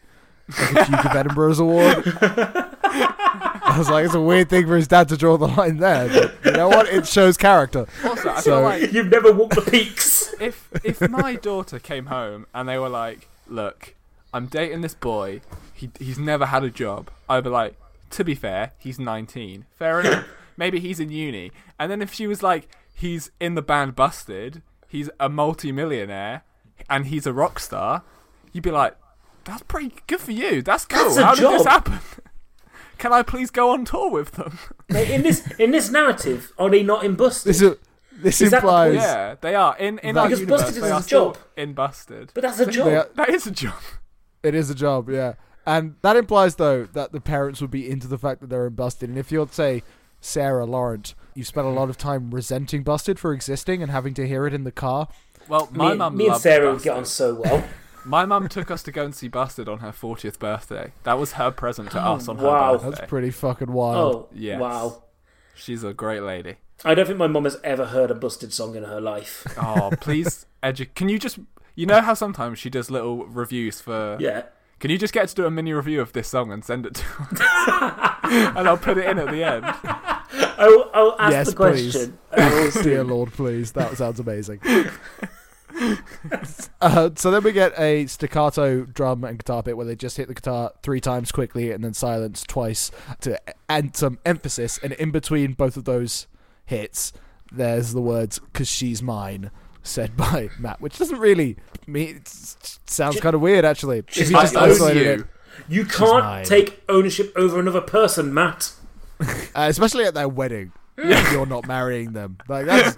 Speaker 2: like a Duke of Edinburgh's award. I was like, it's a weird thing for his dad to draw the line there. But you know what? It shows character.
Speaker 1: Also, I feel
Speaker 2: So-
Speaker 1: like
Speaker 3: You've never walked the peaks.
Speaker 1: if if my daughter came home and they were like, "Look, I'm dating this boy. He he's never had a job." I'd be like, "To be fair, he's 19. Fair enough. Maybe he's in uni." And then if she was like, "He's in the band Busted. He's a multi-millionaire, and he's a rock star," you'd be like, "That's pretty good for you. That's cool.
Speaker 3: That's a
Speaker 1: How did this
Speaker 3: job."
Speaker 1: happen?" Can I please go on tour with them?
Speaker 3: Mate, in this in this narrative, are they not in Busted?
Speaker 2: This is this
Speaker 3: Is that the
Speaker 2: implies.
Speaker 3: point?
Speaker 1: Yeah, they are in in our
Speaker 2: Because
Speaker 1: universe.
Speaker 3: Busted is
Speaker 1: they
Speaker 3: a
Speaker 1: are still
Speaker 3: job.
Speaker 1: in Busted.
Speaker 3: but that's a job.
Speaker 2: They are-
Speaker 1: That is a job.
Speaker 2: It is a job, yeah. And that implies, though, that the parents would be into the fact that they're in Busted. And if you're, say, Sarah Laurent, you spent a lot of time resenting Busted for existing and having to hear it in the car.
Speaker 1: Well,
Speaker 3: me,
Speaker 1: my
Speaker 3: and-
Speaker 1: mum
Speaker 3: me and
Speaker 1: loved
Speaker 3: Sarah would
Speaker 1: Busted.
Speaker 3: get on so well.
Speaker 1: My mum took us to go and see Busted on her 40th birthday. That was her present to us on her
Speaker 3: wow.
Speaker 2: That's
Speaker 1: birthday.
Speaker 2: pretty fucking wild.
Speaker 3: Oh,
Speaker 1: Um, Yes.
Speaker 3: wow.
Speaker 1: She's a great lady.
Speaker 3: I don't think my mum has ever heard a busted song in her life.
Speaker 1: Oh, please, edu- can you just. You know how sometimes she does little reviews for.
Speaker 3: Yeah.
Speaker 1: Can you just get to do a mini review of this song and send it to us? and I'll put it in at the end.
Speaker 3: I'll, I'll ask
Speaker 2: Yes,
Speaker 3: the question. I will see.
Speaker 2: Oh, Dear Lord, please. That sounds amazing. uh, so then we get a staccato drum and guitar bit where they just hit the guitar three times quickly and then silence twice to add some emphasis. And in between both of those hits, there's the words "cause she's mine" said by Matt, which doesn't really mean. It s- sounds kind of weird, actually. If
Speaker 3: She's
Speaker 2: you
Speaker 3: mine.
Speaker 2: just
Speaker 1: I own
Speaker 2: isolated
Speaker 1: you.
Speaker 2: it.
Speaker 3: You can't
Speaker 2: mine.
Speaker 3: take ownership over another person, Matt.
Speaker 2: uh, especially at their wedding. You're not marrying them. Like that's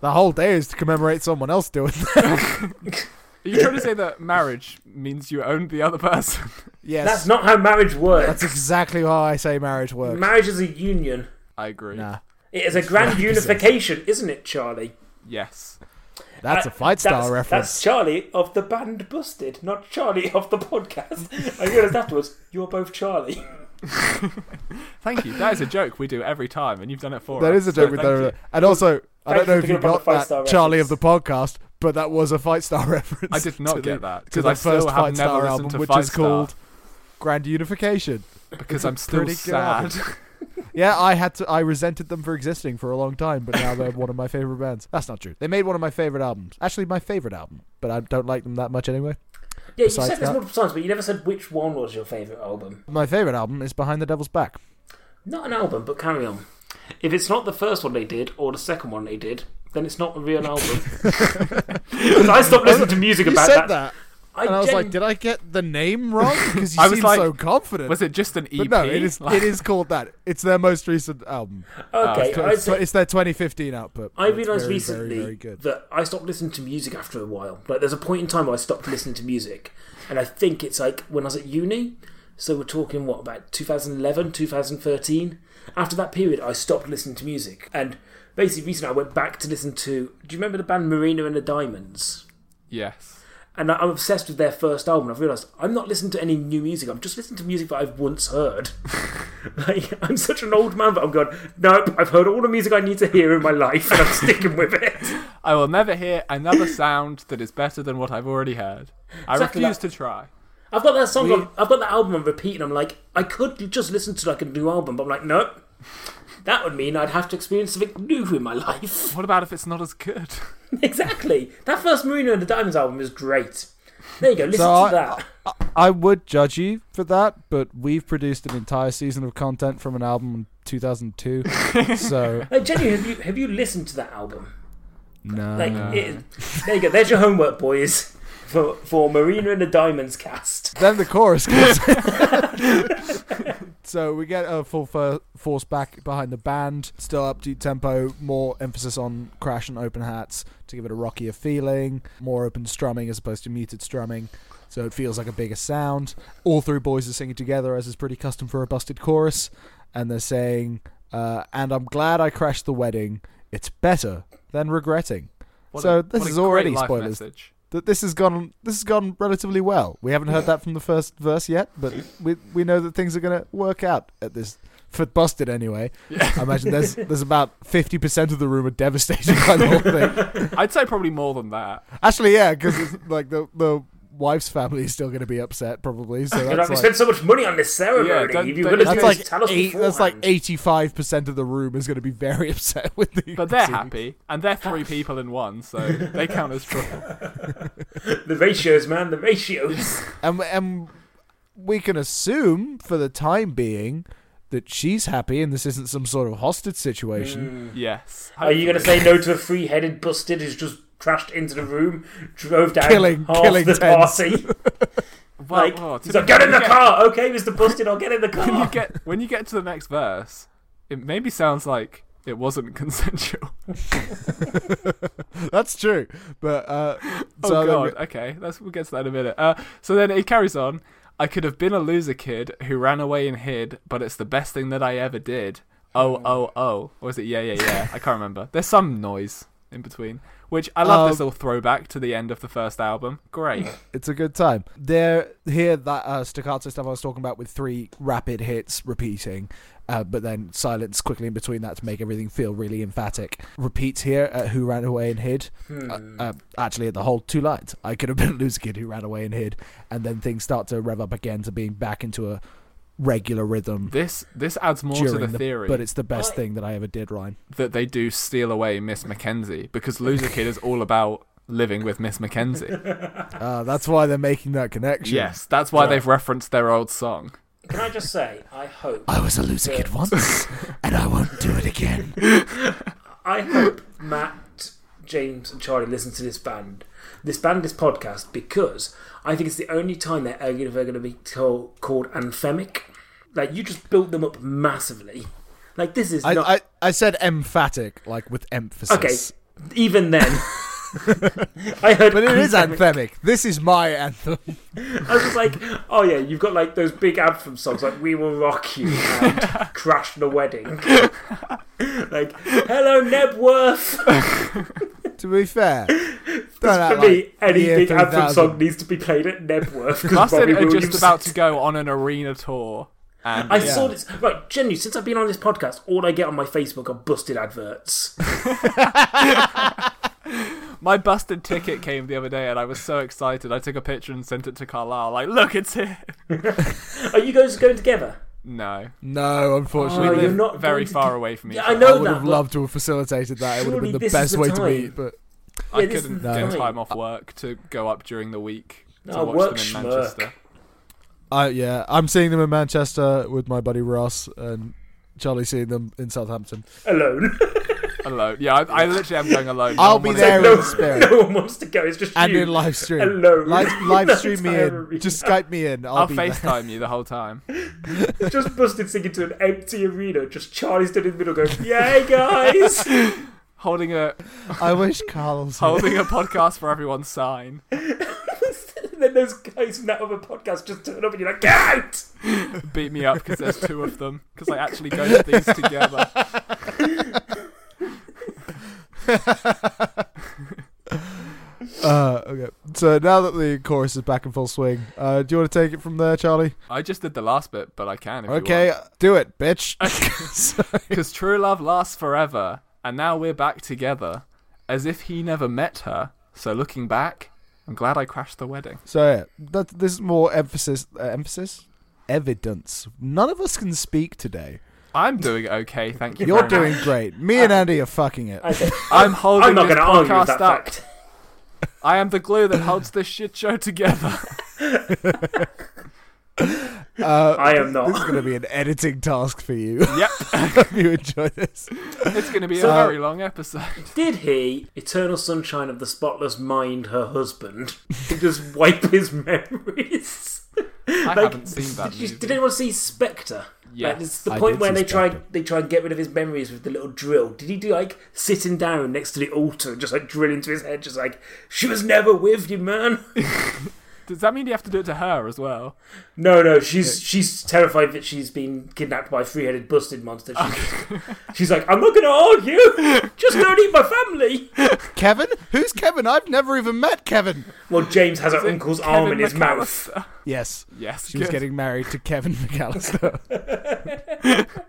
Speaker 2: the whole day is to commemorate someone else doing that.
Speaker 1: Are you trying to say that marriage means you own the other person?
Speaker 2: Yes,
Speaker 3: That's not how marriage works.
Speaker 2: that's exactly how I say marriage works.
Speaker 3: Marriage is a union.
Speaker 1: I agree.
Speaker 2: nah,
Speaker 3: It is a grand unification, isn't it, Charlie?
Speaker 1: Yes.
Speaker 2: that's a
Speaker 3: Uh,
Speaker 2: fight star
Speaker 3: that's, That's
Speaker 2: reference.
Speaker 3: Charlie of the band Busted, not Charlie of the podcast. I realised afterwards, you're both Charlie.
Speaker 1: Thank you. That is a joke we do every time, and you've done it for
Speaker 2: That
Speaker 1: us.
Speaker 2: is a joke
Speaker 1: so
Speaker 2: with
Speaker 1: thank you.
Speaker 2: that. And also, I
Speaker 3: Thank
Speaker 2: don't
Speaker 3: you
Speaker 2: know if
Speaker 3: for
Speaker 2: you
Speaker 3: picking up on
Speaker 2: got
Speaker 3: the fight
Speaker 2: that
Speaker 3: star
Speaker 2: Charlie
Speaker 3: reference.
Speaker 2: of the podcast, but that was a fight star reference.
Speaker 1: I did
Speaker 2: to
Speaker 1: not get
Speaker 2: the-
Speaker 1: that
Speaker 2: to
Speaker 1: because
Speaker 2: the
Speaker 1: I still
Speaker 2: first
Speaker 1: have
Speaker 2: fight
Speaker 1: never
Speaker 2: star
Speaker 1: listened
Speaker 2: album,
Speaker 1: to
Speaker 2: which
Speaker 1: Five
Speaker 2: is called Grand Unification.
Speaker 1: Star because
Speaker 2: it's a
Speaker 1: I'm still
Speaker 2: pretty good album.
Speaker 1: sad.
Speaker 2: Yeah, I had to. I resented them for existing for a long time, but now they're one of my favorite bands. That's not true. They made one of my favorite albums. Actually, my favorite album, but I don't like them that much anyway.
Speaker 3: Yeah, you
Speaker 2: Besides
Speaker 3: said this
Speaker 2: that-
Speaker 3: multiple times, but you never said which one was your favourite album.
Speaker 2: My favorite album is Behind the Devil's Back.
Speaker 3: Not an album, but carry on. If it's not the first one they did or the second one they did, then it's not a real album. 'Cause I stopped listening to music
Speaker 2: You
Speaker 3: about
Speaker 2: said that,
Speaker 3: I,
Speaker 2: and I was
Speaker 3: gen-
Speaker 2: like, did I get the name wrong? Because you
Speaker 1: I was
Speaker 2: seem
Speaker 1: like-
Speaker 2: so confident.
Speaker 1: Was it just an EP?
Speaker 2: but no, it is.
Speaker 1: Like-
Speaker 2: it is called that. It's their most recent album.
Speaker 3: okay,
Speaker 2: Tw-
Speaker 3: I,
Speaker 2: it's,
Speaker 3: said-
Speaker 2: it's their 2015 output.
Speaker 3: I
Speaker 2: It's
Speaker 3: realised
Speaker 2: very,
Speaker 3: recently
Speaker 2: very, very good.
Speaker 3: that I stopped listening to music after a while. Like, there's a point in time where I stopped listening to music, and I think it's like when I was at uni, So we're talking what about 2011, 2013? After that period, I stopped listening to music, and basically, recently I went back to listen to. Do you remember the band Marina and the Diamonds?
Speaker 1: Yes.
Speaker 3: and I- I'm obsessed with their first album. I've realised I'm not listening to any new music. I'm just listening to music that I've once heard. like I'm such an old man, but I'm going. Nope, I've heard all the music I need to hear in my life, and I'm sticking with it.
Speaker 1: I will never hear another sound that is better than what I've already heard. I
Speaker 3: Exactly
Speaker 1: refuse
Speaker 3: that.
Speaker 1: to try.
Speaker 3: I've got that song.
Speaker 2: We-
Speaker 3: on, I've got that album on repeat, and I'm like, I could just listen to like a new album, but I'm like, nope. That would mean I'd have to experience something new in my life.
Speaker 1: What about if it's not as good?
Speaker 3: exactly. That first Marina and the Diamonds album is great. There you go. Listen
Speaker 2: So
Speaker 3: to that.
Speaker 2: I, I would judge you for that, but we've produced an entire season of content from an album in 2002. so
Speaker 3: Like, Jenny, have you have you listened to that album?
Speaker 2: no,
Speaker 3: Like, it, there you go. There's your homework, boys, for for Marina and the Diamonds cast.
Speaker 2: then the chorus comes. so we get a full fir- force back behind the band, still upbeat tempo, more emphasis on crash and open hats to give it a rockier feeling, more open strumming as opposed to muted strumming. So it feels like a bigger sound. All three boys are singing together, as is pretty custom for a busted chorus, and they're saying, uh, "And I'm glad I crashed the wedding. It's better than regretting."
Speaker 1: What
Speaker 2: so
Speaker 1: a-
Speaker 2: this
Speaker 1: what a
Speaker 2: is
Speaker 1: great
Speaker 2: already
Speaker 1: life
Speaker 2: spoilers
Speaker 1: message.
Speaker 2: that this has gone this has gone relatively well. We haven't heard that from the first verse yet, but we we know that things are going to work out at this for busted anyway. I imagine there's there's about fifty percent of the room are devastated by the whole thing.
Speaker 1: I'd say probably more than that.
Speaker 2: Actually, yeah, because like the the wife's family is still going to be upset probably. So
Speaker 3: You're like,
Speaker 2: that's
Speaker 3: we
Speaker 2: like.
Speaker 3: spent so much money on this ceremony.
Speaker 1: Yeah, don't-
Speaker 3: if you were
Speaker 1: don't-
Speaker 3: going to do
Speaker 2: That's
Speaker 3: this,
Speaker 2: like,
Speaker 3: tell us
Speaker 2: eight, that's like
Speaker 3: beforehand.
Speaker 2: 85% of the room is going to be very upset with the.
Speaker 1: But they're
Speaker 2: proceedings.
Speaker 1: happy, and they're three people in one, so they count as trouble.
Speaker 3: The ratios, man. The ratios.
Speaker 2: And and we can assume for the time being that she's happy and this isn't some sort of hostage situation.
Speaker 1: Yes.
Speaker 3: Are you going to
Speaker 1: Hopefully.
Speaker 3: say no to a free-headed busted who's just crashed into the room, drove down
Speaker 2: Killing-
Speaker 3: half
Speaker 2: killing
Speaker 3: the
Speaker 2: tens.
Speaker 3: party?
Speaker 1: Well,
Speaker 3: like,
Speaker 1: oh, to
Speaker 3: he's
Speaker 1: be
Speaker 3: like, get in
Speaker 1: fair,
Speaker 3: the
Speaker 1: you
Speaker 3: car. Okay, Mr. Busted, I'll get in the car.
Speaker 1: When you get when you get to the next verse, it maybe sounds like it wasn't consensual.
Speaker 2: That's true. But uh
Speaker 1: Mm. Oh
Speaker 2: so
Speaker 1: god. Okay, let's we'll get to that in a minute. Uh, so then it carries on. I could have been a loser kid who ran away and hid, but it's the best thing that I ever did. Oh
Speaker 2: Hmm.
Speaker 1: oh oh, or is it yeah yeah yeah? I can't remember. There's some noise in between, which I love. this
Speaker 2: Um,
Speaker 1: little throwback to the end of the first album. Great.
Speaker 2: it's a good time. There here that uh, staccato stuff I was talking about with three rapid hits repeating. Uh, but then silence quickly in between that to make everything feel really emphatic. Repeats here at Who Ran Away and Hid. Uh,
Speaker 3: Hmm.
Speaker 1: Mm.
Speaker 2: uh, actually, at the whole two lines. I could have been a loser kid who ran away and hid. And then things start to rev up again to being back into a regular rhythm.
Speaker 1: This this adds more to
Speaker 2: during
Speaker 1: the,
Speaker 2: the-
Speaker 1: theory
Speaker 2: But it's the best
Speaker 3: I-
Speaker 2: thing that I ever did, Ryan.
Speaker 1: that they do steal away Miss Mackenzie because Loser Kid is all about living with Miss Mackenzie.
Speaker 3: Ah.
Speaker 2: Uh, that's why they're making that connection.
Speaker 1: Yes, that's why they've referenced their old song.
Speaker 3: Can I just say, I hope,
Speaker 2: I was a loser kid once, and I won't do it again.
Speaker 3: I hope Matt, James, and Charlie listen to this band, this band, this podcast, because I think it's the only time they're ever going to be call, called anthemic. Like you just built them up massively. Like this is
Speaker 2: I,
Speaker 3: not
Speaker 2: I, I said emphatic, like with
Speaker 3: okay.
Speaker 2: emphasis.
Speaker 3: Even then, I heard,
Speaker 2: But it is anthemic. This is my anthem.
Speaker 3: I was just like, oh yeah, you've got like those big anthem songs like "We Will Rock You" and "Crash the Wedding." like, hello Nebworth.
Speaker 2: To be fair, don't
Speaker 3: For
Speaker 2: act
Speaker 3: me,
Speaker 2: like
Speaker 3: any
Speaker 2: the year
Speaker 3: big anthem
Speaker 2: 3000.
Speaker 3: song needs to be played at Nebworth because
Speaker 1: Busted
Speaker 3: Robbie
Speaker 1: are
Speaker 3: Williams.
Speaker 1: just about to go on an arena tour. And
Speaker 3: I
Speaker 1: yeah.
Speaker 3: saw this right. Genuinely, since I've been on this podcast, all I get on my Facebook are busted adverts.
Speaker 1: my busted ticket came the other day, and I was so excited. I took a picture and sent it to Carlisle. Like, look, it's here.
Speaker 3: Are you guys going together?
Speaker 1: No,
Speaker 2: No,
Speaker 3: Oh,
Speaker 2: unfortunately,
Speaker 3: you're not
Speaker 1: very
Speaker 3: going to-
Speaker 1: far away from each
Speaker 3: Yeah, I
Speaker 1: other.
Speaker 2: I
Speaker 3: know
Speaker 2: would
Speaker 3: that.
Speaker 2: have
Speaker 3: but-
Speaker 2: loved to have facilitated that. It would have been
Speaker 3: Surely
Speaker 2: the
Speaker 3: this is
Speaker 2: best
Speaker 3: the
Speaker 2: way
Speaker 3: time.
Speaker 2: to meet. But
Speaker 1: I
Speaker 3: yeah, this
Speaker 1: couldn't
Speaker 3: is the
Speaker 1: get
Speaker 3: time.
Speaker 1: time off work to go up during the week to
Speaker 3: Oh,
Speaker 1: watch
Speaker 3: work
Speaker 1: them
Speaker 3: schmirk.
Speaker 1: in Manchester.
Speaker 2: I yeah, I'm seeing them in Manchester with my buddy Ross and Charlie. Seeing them in Southampton.
Speaker 3: alone.
Speaker 1: Alone. Yeah, I, I literally am going alone. No
Speaker 2: I'll
Speaker 1: one
Speaker 2: be
Speaker 1: wants
Speaker 2: there
Speaker 1: to-
Speaker 2: in spirit.
Speaker 3: no one wants to go. It's just
Speaker 2: and
Speaker 3: you.
Speaker 2: in live stream.
Speaker 3: Alone.
Speaker 2: Live, live
Speaker 3: That's
Speaker 2: stream me
Speaker 3: how I
Speaker 2: in.
Speaker 3: read
Speaker 2: Just
Speaker 3: that.
Speaker 2: Skype me in. I'll,
Speaker 1: I'll
Speaker 2: be there.
Speaker 1: FaceTime you the whole time.
Speaker 3: just busted singing to an empty arena. Just Charlie stood in the middle, going, "Yay, guys!"
Speaker 1: Holding a
Speaker 2: I wish Carl's.
Speaker 1: holding a podcast for everyone sign.
Speaker 3: And then those guys from that other podcast just turn up and you're like, get out!
Speaker 1: Beat me up because there's two of them. Because I actually go to these together.
Speaker 2: uh, okay. So now that the chorus is back in full swing, uh, do you want to take it from there, Charlie?
Speaker 1: I just did the last bit, but I can. If
Speaker 2: okay, do it, bitch.
Speaker 1: Because true love lasts forever, and now we're back together, as if he never met her. So looking back, I'm glad I crashed the wedding.
Speaker 2: so yeah, that this is more emphasis. Uh, emphasis. Evidence. None of us can speak today.
Speaker 1: I'm doing okay, thank you.
Speaker 2: You're
Speaker 1: very
Speaker 2: doing
Speaker 1: much.
Speaker 2: great. Me
Speaker 3: Uh,
Speaker 2: and Andy are fucking it.
Speaker 3: Okay.
Speaker 1: I'm holding
Speaker 3: I'm not
Speaker 1: this
Speaker 3: going to argue with
Speaker 1: podcast
Speaker 3: that
Speaker 1: up.
Speaker 3: fact.
Speaker 1: I am the glue that holds this shit show together.
Speaker 2: Uh,
Speaker 3: I am not.
Speaker 2: This is going to be an editing task for you.
Speaker 1: yep,
Speaker 2: Hope you enjoy this.
Speaker 1: it's going to be
Speaker 3: So-
Speaker 1: a very long episode.
Speaker 3: Did he, Eternal Sunshine of the Spotless Mind, her husband, just wipe his memories?
Speaker 1: I
Speaker 3: Like,
Speaker 1: haven't seen that
Speaker 3: Did,
Speaker 1: movie.
Speaker 3: you- did anyone see Spectre?
Speaker 1: Yes.
Speaker 3: Like, it's the
Speaker 2: I
Speaker 3: point
Speaker 2: did
Speaker 3: where
Speaker 2: see
Speaker 3: they
Speaker 2: Spectre.
Speaker 3: try they try and get rid of his memories with the little drill. Did he do like sitting down next to the altar and just like drill into his head, just like she was never with you, man?
Speaker 1: Does that mean you have to do it to her as well?
Speaker 3: No, no, she's she's terrified that she's been kidnapped by a three-headed busted monster. She's, she's like, I'm not going to argue. Just don't eat my family.
Speaker 2: Kevin? Who's Kevin? I've never even met Kevin.
Speaker 3: Well, James has her uncle's arm in
Speaker 1: Kevin
Speaker 3: his mouth.
Speaker 1: McAllister.
Speaker 2: Yes,
Speaker 1: Yes,
Speaker 2: she was
Speaker 1: good.
Speaker 2: getting married to Kevin McAllister.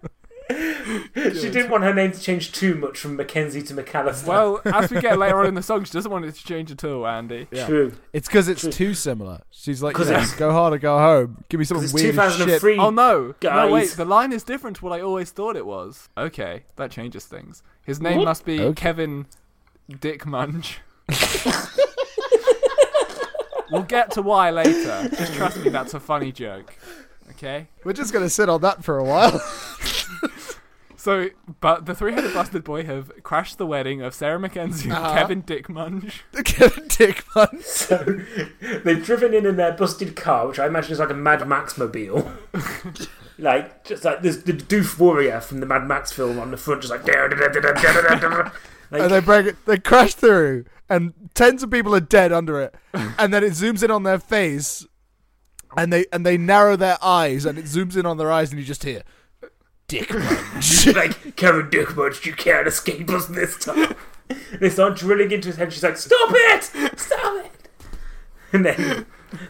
Speaker 3: She didn't want her name to change too much from Mackenzie to McAllister.
Speaker 1: Well, as we get later on in the song, she doesn't want it to change at all, Andy.
Speaker 2: yeah.
Speaker 3: true.
Speaker 2: It's because it's too similar. She's like,
Speaker 3: 'Cause
Speaker 2: yeah,
Speaker 3: it's-
Speaker 2: go hard or go home. Give me something
Speaker 3: It's
Speaker 2: weird as shit.
Speaker 3: 2003.
Speaker 1: Oh no!
Speaker 3: Guys.
Speaker 1: No wait, the line is different to what I always thought it was. Okay, that changes things. His name
Speaker 3: What?
Speaker 1: must be
Speaker 2: Okay.
Speaker 1: Kevin Dick Munch. we'll get to why later. Just trust me, that's a funny joke. Okay?
Speaker 2: We're just gonna sit on that for a while.
Speaker 1: So, but the three-headed bastard boy have crashed the wedding of Sarah McKenzie and
Speaker 2: Uh-huh.
Speaker 1: Kevin Dick Munch.
Speaker 2: Kevin Dick Munch.
Speaker 3: So they've driven in in their busted car, which I imagine is like a Mad Max mobile. like just like this, the Doof Warrior from the Mad Max film on the front, just like. da-da-da-da-da-da-da-da.
Speaker 2: And
Speaker 3: like
Speaker 2: they break it. They crash through, and tens of people are dead under it. And then it zooms in on their face, and they and they narrow their eyes, and it zooms in on their eyes, and you just hear Dick Munch.
Speaker 3: like Karen Dickmunch, you can't escape us this time. they start drilling into his head. She's like, "Stop it! Stop it!" And then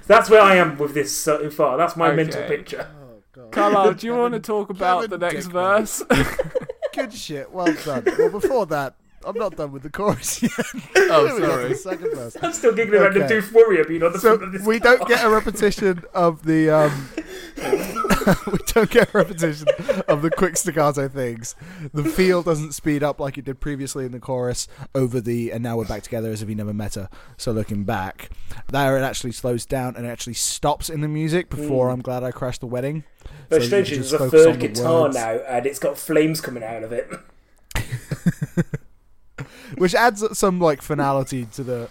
Speaker 3: that's where I am with this so far. That's my mental
Speaker 1: Okay.
Speaker 3: picture.
Speaker 1: Oh, Carlisle, do you want to talk about
Speaker 2: Kevin
Speaker 1: the next
Speaker 2: Dick
Speaker 1: verse?
Speaker 2: Good shit. Well done. Well, before that, I'm not done with the chorus yet.
Speaker 1: oh,
Speaker 2: We got the
Speaker 1: sorry.
Speaker 2: second verse.
Speaker 3: I'm still giggling about the
Speaker 2: Okay.
Speaker 3: Doof Warrior being on the front
Speaker 2: So
Speaker 3: of this.
Speaker 2: we
Speaker 3: car.
Speaker 2: don't get a repetition of the um, we don't get a repetition of the quick staccato things. The feel doesn't speed up like it did previously in the chorus over the and now we're back together as if we never met her. So looking back, there it actually slows down and it actually stops in the music before I'm glad I crashed the wedding.
Speaker 3: Mm. But
Speaker 2: So you
Speaker 3: strangely,
Speaker 2: can
Speaker 3: there's
Speaker 2: just
Speaker 3: a
Speaker 2: focus
Speaker 3: third
Speaker 2: on the
Speaker 3: guitar
Speaker 2: words.
Speaker 3: now, and it's got flames coming out of it.
Speaker 2: which adds some like finality to the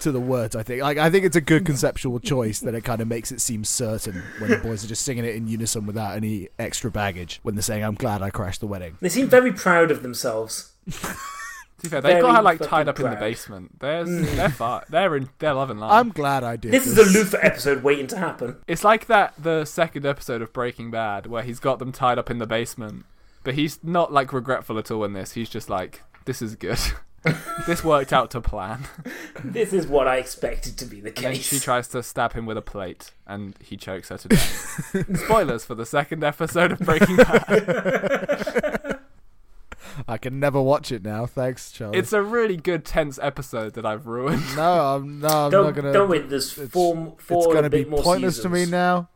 Speaker 2: to the words. I think. Like I think it's a good conceptual choice that it kind of makes it seem certain when the boys are just singing it in unison without any extra baggage. When they're saying, "I'm glad I crashed the wedding."
Speaker 3: They seem very proud of themselves.
Speaker 1: To be fair, they've got
Speaker 3: Very
Speaker 1: her like
Speaker 3: fucking
Speaker 1: tied up in the
Speaker 3: proud.
Speaker 1: basement. They're
Speaker 2: Mm.
Speaker 1: they're far, they're in they're loving life.
Speaker 2: I'm glad I did.
Speaker 3: This is a Luther episode waiting to happen.
Speaker 1: It's like that the second episode of Breaking Bad where he's got them tied up in the basement, but he's not like regretful at all in this. He's just like, this is good. this worked out to plan.
Speaker 3: This is what I expected to be the
Speaker 1: And then she
Speaker 3: case.
Speaker 1: tries to stab him with a plate, and he chokes her to death. Spoilers for the second episode of Breaking Bad.
Speaker 2: I can never watch it now. Thanks, Charlie.
Speaker 1: It's a really good tense episode that I've ruined.
Speaker 2: no, I'm no, I'm
Speaker 3: Don't,
Speaker 2: not gonna.
Speaker 3: don't wait. There's
Speaker 2: it's-
Speaker 3: four, four
Speaker 2: it's
Speaker 3: and
Speaker 2: gonna
Speaker 3: a
Speaker 2: be
Speaker 3: bit more
Speaker 2: pointless
Speaker 3: seasons.
Speaker 2: to me now.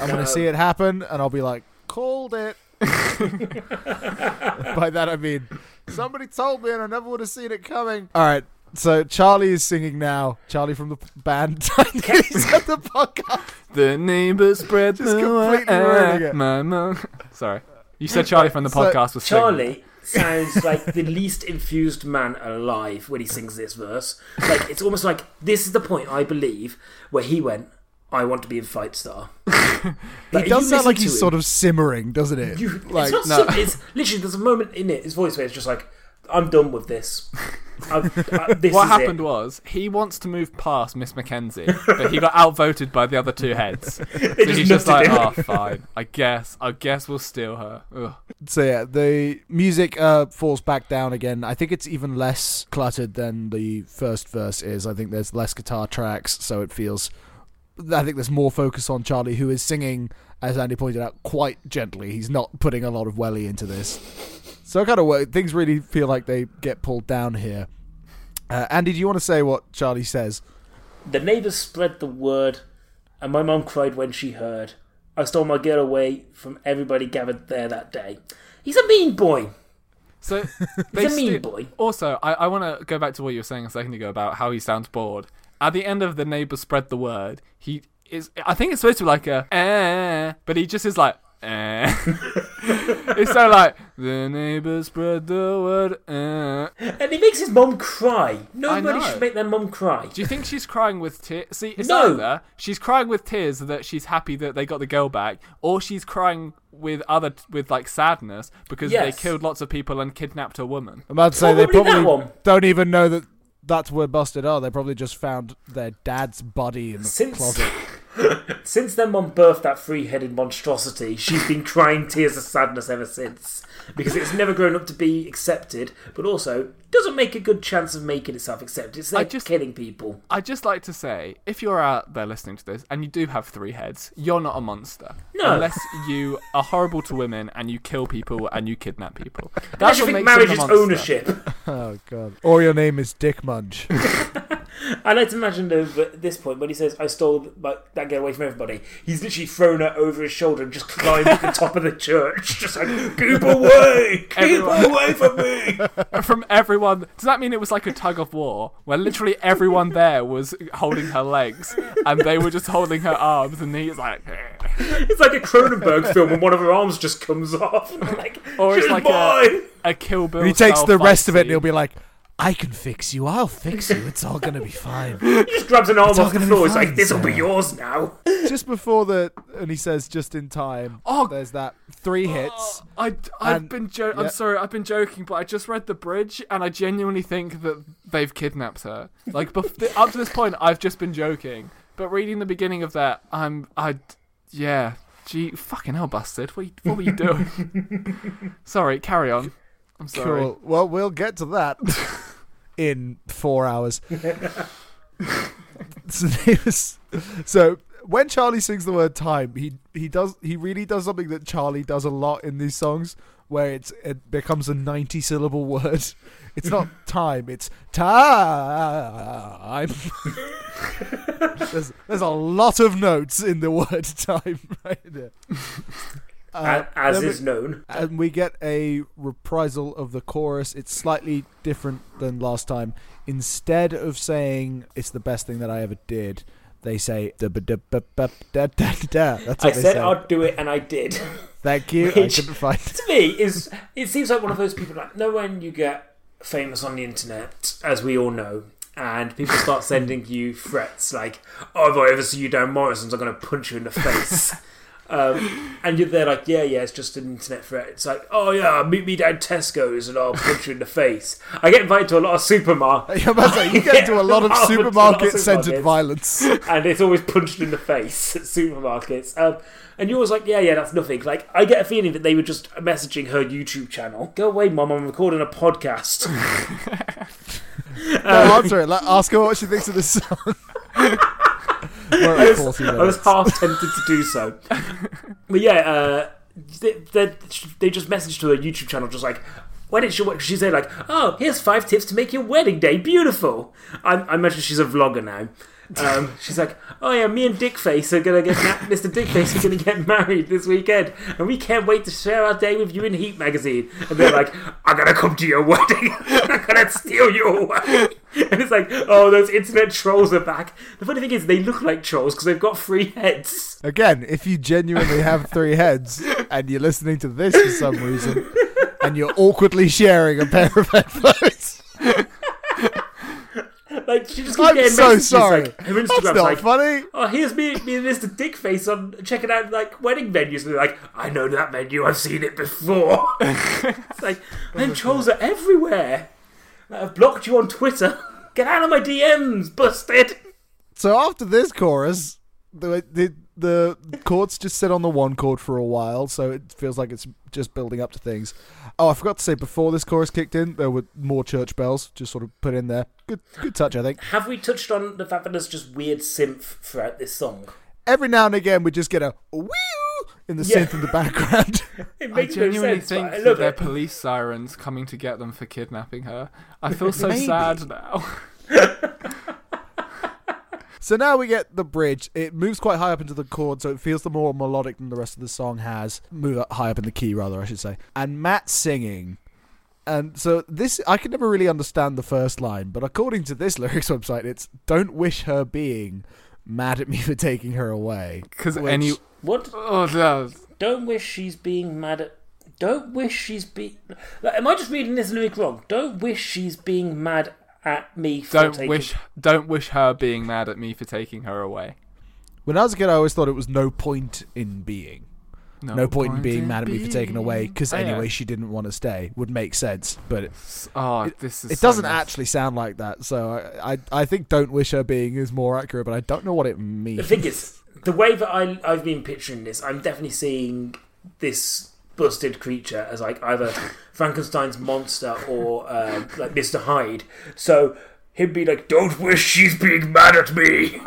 Speaker 2: I'm
Speaker 3: No.
Speaker 2: gonna see it happen, and I'll be like, "Called it." By that I mean, somebody told me, and I never would have seen it coming. All right. So Charlie is singing now. Charlie from the p- band He's at the podcast.
Speaker 1: The neighbors spread
Speaker 2: Just
Speaker 1: the
Speaker 2: completely
Speaker 1: word,
Speaker 2: ruining it.
Speaker 1: my mom- Sorry. You said Charlie from the
Speaker 2: So-
Speaker 1: podcast was singing.
Speaker 3: Charlie sounds like the least infused man alive when he sings this verse. Like it's almost like this is the point I believe where he went. I want to be a fight star.
Speaker 2: He does sound like he's sort of simmering, doesn't it?
Speaker 3: You,
Speaker 2: like
Speaker 3: it's
Speaker 1: no.
Speaker 3: not some- it's literally there's a moment in it, his voice where it's just like, I'm done with this. I've, I, this
Speaker 1: What
Speaker 3: is
Speaker 1: happened
Speaker 3: It.
Speaker 1: was he wants to move past Miss Mackenzie, but he got outvoted by the other two heads. so
Speaker 3: just
Speaker 1: he's just like,
Speaker 3: nutted
Speaker 1: "Ah, fine. I guess. I guess we'll steal her." Ugh.
Speaker 2: So yeah, the music uh, falls back down again. I think it's even less cluttered than the first verse is. I think there's less guitar tracks, so it feels. I think there's more focus on Charlie, who is singing, as Andy pointed out, quite gently. He's not putting a lot of welly into this. So I kind of work. Things really feel like they get pulled down here. Uh, Andy, do you want to say what Charlie says?
Speaker 3: The neighbours spread the word, and my mum cried when she heard. I stole my girl away from everybody gathered there that day. He's a mean boy.
Speaker 1: So they
Speaker 3: He's a mean
Speaker 1: steal-
Speaker 3: boy.
Speaker 1: Also, I, I want to go back to what you were saying a second ago about how he sounds bored. At the end of the neighbor spread the word, he is. I think it's supposed to be like a eh, but he just is like eh. it's so like the neighbor spread the word. Eh.
Speaker 3: And he makes his mum cry. Nobody
Speaker 1: know.
Speaker 3: should make their mum cry.
Speaker 1: Do you think she's crying with tears? See, it's
Speaker 3: No.
Speaker 1: either she's crying with tears that she's happy that they got the girl back, or she's crying with other with like sadness because
Speaker 3: Yes.
Speaker 1: they killed lots of people and kidnapped a woman.
Speaker 2: I'm about to say
Speaker 3: Probably
Speaker 2: they
Speaker 3: that
Speaker 2: probably
Speaker 3: one.
Speaker 2: don't even know that that's where Busted are. They probably just found their dad's body in the
Speaker 3: Since-
Speaker 2: closet.
Speaker 3: Since their mum birthed that three headed monstrosity, she's been crying tears of sadness ever since. Because it's never grown up to be accepted, but also doesn't make a good chance of making itself accepted. It's like
Speaker 1: just-
Speaker 3: killing people.
Speaker 1: I'd just like to say, if you're out there listening to this and you do have three heads, you're not a monster.
Speaker 3: No.
Speaker 1: Unless you are horrible to women and you kill people and you kidnap people.
Speaker 3: Unless
Speaker 1: That's
Speaker 3: you
Speaker 1: what
Speaker 3: think
Speaker 1: makes someone
Speaker 3: marriage
Speaker 1: a
Speaker 3: is
Speaker 1: monster.
Speaker 3: ownership.
Speaker 2: Oh god. Or your name is Dick Munch.
Speaker 3: I like to imagine though that at this point when he says I stole my, that girl away from everybody, he's literally thrown her over his shoulder and just climbed to the top of the church, just like keep away, keep
Speaker 1: Everyone-
Speaker 3: away from me.
Speaker 1: From everyone. Does that mean it was like a tug of war where literally everyone there was holding her legs and they were just holding her arms and he's like. "Eh."
Speaker 3: It's like a Cronenberg film when one of her arms just comes off. And I'm like,
Speaker 1: Or it's
Speaker 3: "She's
Speaker 1: like
Speaker 3: mine."
Speaker 1: a, a Kill Bill.
Speaker 2: he takes
Speaker 1: style
Speaker 2: the
Speaker 1: fight
Speaker 2: rest of it and
Speaker 1: scene.
Speaker 2: he'll be like, I can fix you. I'll fix you. It's all going to be fine.
Speaker 3: He just grabs an arm
Speaker 2: all
Speaker 3: off the
Speaker 2: gonna be
Speaker 3: floor. It's
Speaker 2: fine,
Speaker 3: like this will be
Speaker 2: Sarah."
Speaker 3: yours now.
Speaker 2: just before the. And he says, just in time.
Speaker 1: Oh.
Speaker 2: There's that three hits.
Speaker 1: I, I've
Speaker 2: And-
Speaker 1: been jo-
Speaker 2: yeah.
Speaker 1: I'm sorry, I've been joking, but I just read the bridge and I genuinely think that they've kidnapped her. Like bef- th- up to this point, I've just been joking, but reading the beginning of that, I'm I, yeah, gee, fucking hell, busted. What, you- what were you doing? sorry, carry on. I'm sorry.
Speaker 2: Cool. Well, we'll get to that in four hours. so, he was- so when Charlie sings the word time, he he does he really does something that Charlie does a lot in these songs, where it's it becomes a ninety syllable word. It's not time. It's time. there's, there's a lot of notes in the word time right there. Uh,
Speaker 3: A- as
Speaker 2: then we-
Speaker 3: is known.
Speaker 2: and we get a reprisal of the chorus. It's slightly different than last time. Instead of saying "It's the best thing that I ever did," they say "Da ba da ba ba da da da." That's
Speaker 3: I
Speaker 2: what they
Speaker 3: said
Speaker 2: say.
Speaker 3: I'd do it, and I did.
Speaker 2: Thank you. I
Speaker 3: which-
Speaker 2: couldn't find.
Speaker 3: to me is it seems like one of those people like know when you get famous on the internet, as we all know, and people start sending you threats like, "Oh, if I ever see you down Morrison's, I'm going to punch you in the face." um, and you're there like, "Yeah, yeah, it's just an internet threat." It's like, "Oh yeah, meet me down Tesco's and I'll punch you in the face." I get invited to a lot of supermarkets,
Speaker 2: I'm about to say, you get into a lot of
Speaker 3: Yeah, lots of
Speaker 2: supermarket-centered
Speaker 3: supermarkets.
Speaker 2: violence.
Speaker 3: and it's always punched in the face at supermarkets. Um, and you're always like, yeah, yeah, that's nothing. Like, I get a feeling that they were just messaging her YouTube channel. Go away, mum, I'm recording a podcast.
Speaker 2: No, answer it. Like, ask her what she thinks of this song. We're at 40
Speaker 3: I was
Speaker 2: minutes.
Speaker 3: half tempted to do so. But yeah, uh, they, they, they just messaged to her YouTube channel, just like, why didn't she? She said like, oh, here's five tips to make your wedding day beautiful. I, I imagine she's a vlogger now. Um, she's like, oh yeah, me and Dickface are gonna get ma- Mr. Dickface are gonna get married this weekend, and we can't wait to share our day with you in Heat magazine. And they're like, I'm gonna come to your wedding. I'm gonna steal you away. And it's like, oh, those internet trolls are back. The funny thing is, they look like trolls because they've got three heads.
Speaker 2: Again, if you genuinely have three heads and you're listening to this for some reason and you're awkwardly sharing a pair of headphones,
Speaker 3: Like she just keeps
Speaker 2: I'm
Speaker 3: getting
Speaker 2: so
Speaker 3: messages.
Speaker 2: sorry.
Speaker 3: Like, her
Speaker 2: That's
Speaker 3: Instagram's
Speaker 2: not
Speaker 3: like,
Speaker 2: funny.
Speaker 3: oh, here's me, me and Mr. Dickface on checking out like wedding venues, and they're like, I know that venue, I've seen it before. it's like, then trolls are everywhere. Like, I've blocked you on Twitter. Get out of my DMs, busted.
Speaker 2: So after this chorus, the the the chords just sit on the one chord for a while, so it feels like it's just building up to things. Oh, I forgot to say before this chorus kicked in, there were more church bells just sort of put in there. Good good touch, I think.
Speaker 3: Have we touched on the fact that there's just weird synth throughout this song?
Speaker 2: Every now and again, we just get a wee in the
Speaker 3: Yeah.
Speaker 2: synth in the background.
Speaker 3: It
Speaker 1: I
Speaker 3: makes no
Speaker 1: genuinely
Speaker 3: sense,
Speaker 1: think
Speaker 3: but I
Speaker 1: that
Speaker 3: love
Speaker 1: they're
Speaker 3: it.
Speaker 1: police sirens coming to get them for kidnapping her. I feel so
Speaker 2: Maybe.
Speaker 1: sad now.
Speaker 2: So now we get the bridge. It moves quite high up into the chord, so it feels the more melodic than the rest of the song has. Move up high up in the key, rather, I should say. And Matt singing. And so this, I could never really understand the first line, but according to this lyrics website, it's "Don't wish her being mad at me for taking her away."
Speaker 1: Because
Speaker 2: Which-
Speaker 1: any.
Speaker 3: What?
Speaker 1: Oh, no.
Speaker 3: Don't wish she's being mad at. Don't wish she's be. Like, am I just reading this lyric wrong? Don't wish she's being mad at me. For
Speaker 1: Don't
Speaker 3: taking-
Speaker 1: wish, don't wish her being mad at me for taking her away.
Speaker 2: When I was a kid, I always thought it was no point in being, no, point, in being mad at me for taking away, because
Speaker 1: Oh, yeah.
Speaker 2: anyway, she didn't want to stay. Would make sense, but it,
Speaker 1: Oh, this is.
Speaker 2: it
Speaker 1: so
Speaker 2: doesn't
Speaker 1: messed
Speaker 2: actually sound like that, so I, I I think "Don't Wish Her Being" is more accurate, but I don't know what it
Speaker 3: The
Speaker 2: means.
Speaker 3: thing is, the way that I, I've been picturing this, I'm definitely seeing this busted creature as like either Frankenstein's monster or um like Mr. Hyde. So him being like, "Don't wish she's being mad at me,"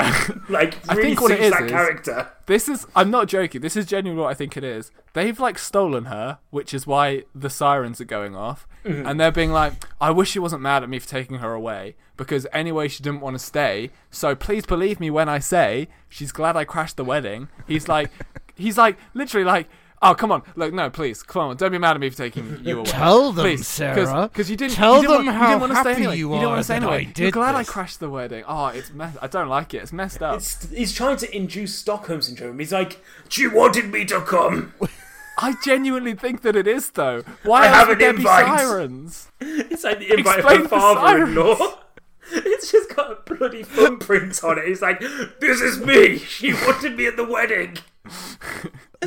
Speaker 3: like
Speaker 1: I
Speaker 3: really
Speaker 1: think what it
Speaker 3: suits
Speaker 1: is
Speaker 3: that
Speaker 1: is-
Speaker 3: character.
Speaker 1: This is I'm not joking. This is genuinely what I think it is. They've like stolen her, which is why the sirens are going off. And they're being like, I wish she wasn't mad at me for taking her away because anyway she didn't want to stay. So please believe me when I say she's glad I crashed the wedding. He's like he's like literally like Oh come on! Look, no, please, come on! Don't be mad at me for taking you away.
Speaker 2: Tell them,
Speaker 1: please,
Speaker 2: Sarah.
Speaker 1: because you didn't.
Speaker 2: Tell
Speaker 1: you didn't want,
Speaker 2: them
Speaker 1: you didn't
Speaker 2: how
Speaker 1: want to stay
Speaker 2: happy
Speaker 1: anyway.
Speaker 2: you
Speaker 1: didn't
Speaker 2: are
Speaker 1: want to stay
Speaker 2: that I
Speaker 1: anyway. You're
Speaker 2: did
Speaker 1: glad I
Speaker 2: this.
Speaker 1: crashed the wedding. Oh, it's mess. I don't like it. It's messed up.
Speaker 3: It's, he's trying to induce Stockholm syndrome. He's like, "She wanted me to come."
Speaker 1: I genuinely think that it is though. Why
Speaker 3: I
Speaker 1: else
Speaker 3: have
Speaker 1: would
Speaker 3: an
Speaker 1: there be
Speaker 3: invite.
Speaker 1: sirens?
Speaker 3: It's like the invite
Speaker 1: Explain
Speaker 3: her
Speaker 1: the
Speaker 3: father-in-law. It's just got a bloody thumbprint on it. It's like, this is me. She wanted me at the wedding.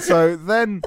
Speaker 2: so then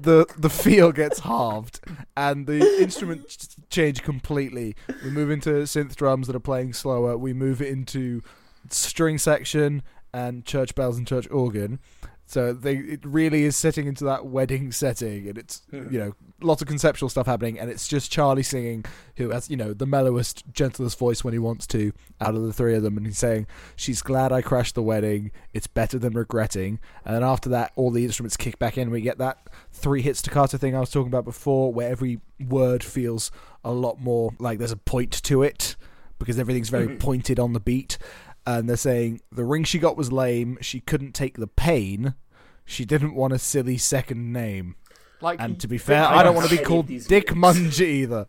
Speaker 2: the the feel gets halved and the instruments change completely. We move into synth drums that are playing slower. We move into string section and church bells and church organ. So they it really is setting into that wedding setting and it's you know lots of conceptual stuff happening and it's just Charlie singing who has you know the mellowest gentlest voice when he wants to out of the three of them and he's saying she's glad I crashed the wedding it's better than regretting and then after that all the instruments kick back in we get that three hit staccato thing I was talking about before where every word feels a lot more like there's a point to it because everything's
Speaker 3: Mm-hmm.
Speaker 2: very pointed on the beat. And they're saying the ring she got was lame. She couldn't take the pain. She didn't want a silly second name.
Speaker 1: Like
Speaker 2: And to be fair,
Speaker 3: I
Speaker 2: I don't
Speaker 3: don't
Speaker 2: want to be
Speaker 3: have any
Speaker 2: called
Speaker 3: of these
Speaker 2: Dick
Speaker 3: words.
Speaker 2: Munge either.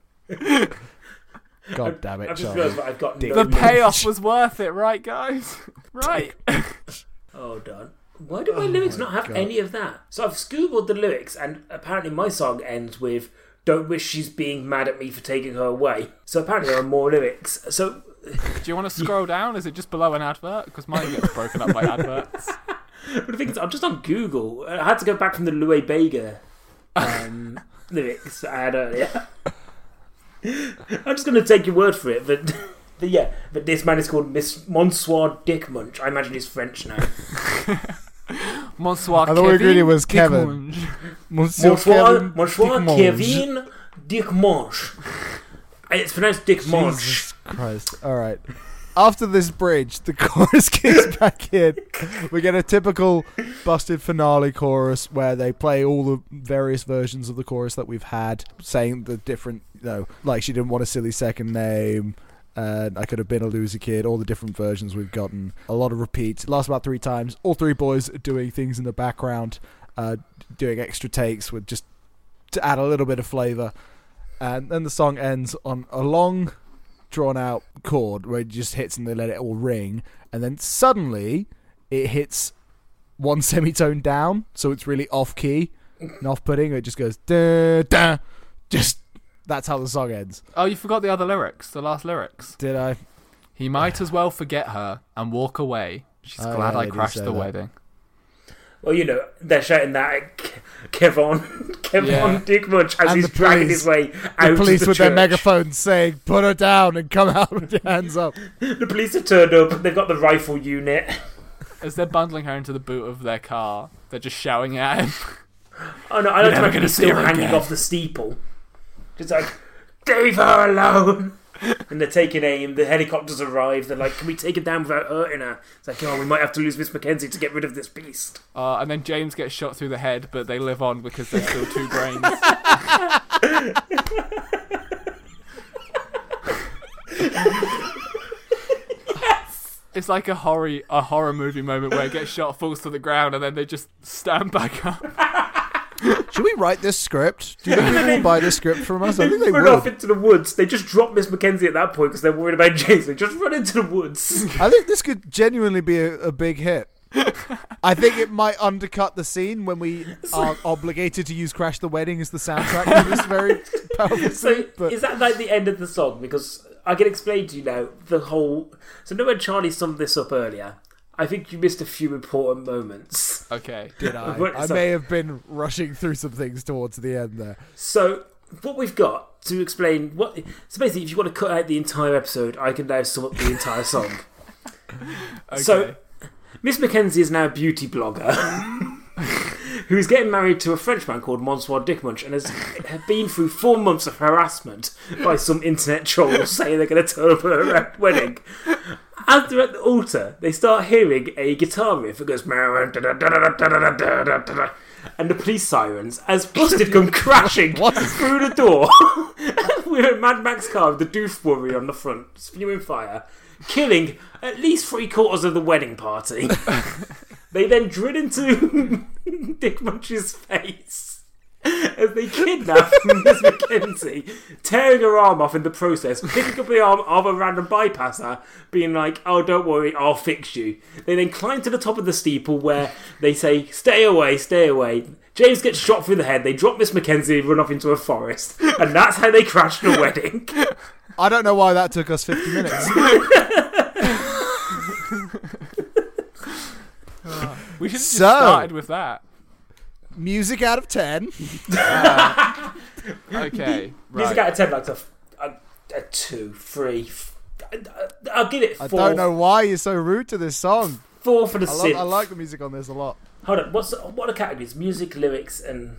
Speaker 2: God damn it,
Speaker 3: I've just
Speaker 2: Charlie.
Speaker 3: realised that I've got no
Speaker 1: the
Speaker 3: notes.
Speaker 1: payoff was worth it, right, guys? Right.
Speaker 3: Oh, darn. Why do my lyrics not have any of that? So I've Googled the lyrics, and apparently my song ends with, don't wish she's being mad at me for taking her away. So apparently there are more lyrics. So
Speaker 1: Do you want to scroll down? Is it just below an advert? Because mine gets broken up by adverts.
Speaker 3: But the thing is, I'm just on Google. I had to go back from the Louis Bega um, lyrics that I had earlier. I'm just going to take your word for it, but, but yeah, but this man is called Miss Monsieur Dick Munch. I imagine he's French now.
Speaker 1: Monsoir.
Speaker 2: I thought we
Speaker 1: Kevin,
Speaker 2: agreed it was
Speaker 1: Dick
Speaker 2: Kevin.
Speaker 1: Munge.
Speaker 2: Monsieur
Speaker 3: Monsieur,
Speaker 2: Kevin
Speaker 3: Monsieur
Speaker 2: Dick Munge.
Speaker 3: Kevin Dick Munch. It's pronounced Dick Munch.
Speaker 2: Jesus Christ. All right. After this bridge, the chorus kicks back in. We get a typical busted finale chorus where they play all the various versions of the chorus that we've had, saying the different, you know, like she didn't want a silly second name, and I could have been a loser kid, all the different versions we've gotten. A lot of repeats. It lasts about three times. All three boys are doing things in the background, uh, doing extra takes with just to add a little bit of flavour. And then the song ends on a long drawn out chord where it just hits and they let it all ring and then suddenly it hits one semitone down so it's really off key and off putting it just goes da da just that's how the song ends
Speaker 1: Oh, you forgot the other lyrics. The last lyrics.
Speaker 2: did i
Speaker 1: He might as well forget her and walk away. She's
Speaker 2: Oh,
Speaker 1: glad
Speaker 2: yeah,
Speaker 1: I
Speaker 2: they do
Speaker 1: crashed
Speaker 2: say
Speaker 1: the
Speaker 2: that.
Speaker 1: wedding.
Speaker 3: Well, you know, they're shouting that at Ke- Kevon, Kevon
Speaker 1: Yeah.
Speaker 3: Dick Munch as
Speaker 2: And
Speaker 3: he's
Speaker 2: the
Speaker 3: dragging
Speaker 2: police.
Speaker 3: his way out
Speaker 2: The police
Speaker 3: of the
Speaker 2: with
Speaker 3: church.
Speaker 2: their megaphones saying, "Put her down and come out with your hands up."
Speaker 3: The police have turned up. They've got the rifle unit.
Speaker 1: As they're bundling her into the boot of their car, they're just shouting at him.
Speaker 3: Oh no,
Speaker 1: You're
Speaker 3: I don't
Speaker 1: never
Speaker 3: imagine
Speaker 1: gonna
Speaker 3: he's
Speaker 1: see
Speaker 3: still
Speaker 1: her
Speaker 3: hanging
Speaker 1: again.
Speaker 3: off the steeple. Just like, leave her alone. And they're taking aim. The helicopters arrive. They're like, can we take it down without hurting her? It's like, oh, we might have to lose Miss Mackenzie to get rid of this beast.
Speaker 1: Uh, and then James gets shot through the head, but they live on because there's still two brains. It's like a horror a horror movie moment where it gets shot, falls to the ground, and then they just stand back up.
Speaker 2: Should we write this script? Do you think people will buy this script from us? I think they
Speaker 3: run
Speaker 2: would.
Speaker 3: off into the woods. They just drop Miss Mackenzie at that point because they're worried about James. They just run into the woods.
Speaker 2: I think this could genuinely be a, a big hit. I think it might undercut the scene when we are obligated to use "Crash the Wedding" as the soundtrack for this very powerful
Speaker 3: so
Speaker 2: scene. But
Speaker 3: is that like the end of the song? Because I can explain to you now the whole. So know when Charlie summed this up earlier. I think you missed a few important moments.
Speaker 1: Okay.
Speaker 2: did I?
Speaker 3: What-
Speaker 2: I
Speaker 3: so-
Speaker 2: may have been rushing through some things towards the end there.
Speaker 3: So what we've got to explain what so basically if you want to cut out the entire episode, I can now sum up the entire song.
Speaker 1: okay.
Speaker 3: So Miss Mackenzie is now a beauty blogger who's getting married to a Frenchman called Monsieur Dickmunch and has been through four months of harassment by some internet trolls saying they're going to turn up at her wedding. As they're at the altar, they start hearing a guitar riff that goes and the police sirens as Busted come crashing through the door. We're in Mad Max car with the doof warrior on the front, spewing fire, killing at least three quarters of the wedding party. They then drill into Dick Munch's face as they kidnap Miss McKenzie, tearing her arm off in the process, picking up the arm of a random bypasser, being like, oh, don't worry, I'll fix you. They then climb to the top of the steeple where they say, stay away, stay away. James gets shot through the head, they drop Miss Mackenzie and run off into a forest, and that's how they crash the wedding.
Speaker 2: I don't know why that took us fifty minutes.
Speaker 1: we should have just
Speaker 2: so-
Speaker 1: started with that.
Speaker 2: Music out of ten.
Speaker 1: Okay.
Speaker 3: Music
Speaker 1: Right.
Speaker 3: out of 10, like a, a, a two, three. f- I- I- I'll give it
Speaker 2: I
Speaker 3: four.
Speaker 2: don't know why you're so rude to this song.
Speaker 3: Four for the
Speaker 2: I,
Speaker 3: synth.
Speaker 2: love, I like the music on this a lot.
Speaker 3: Hold on, what's what are categories? Music, lyrics, and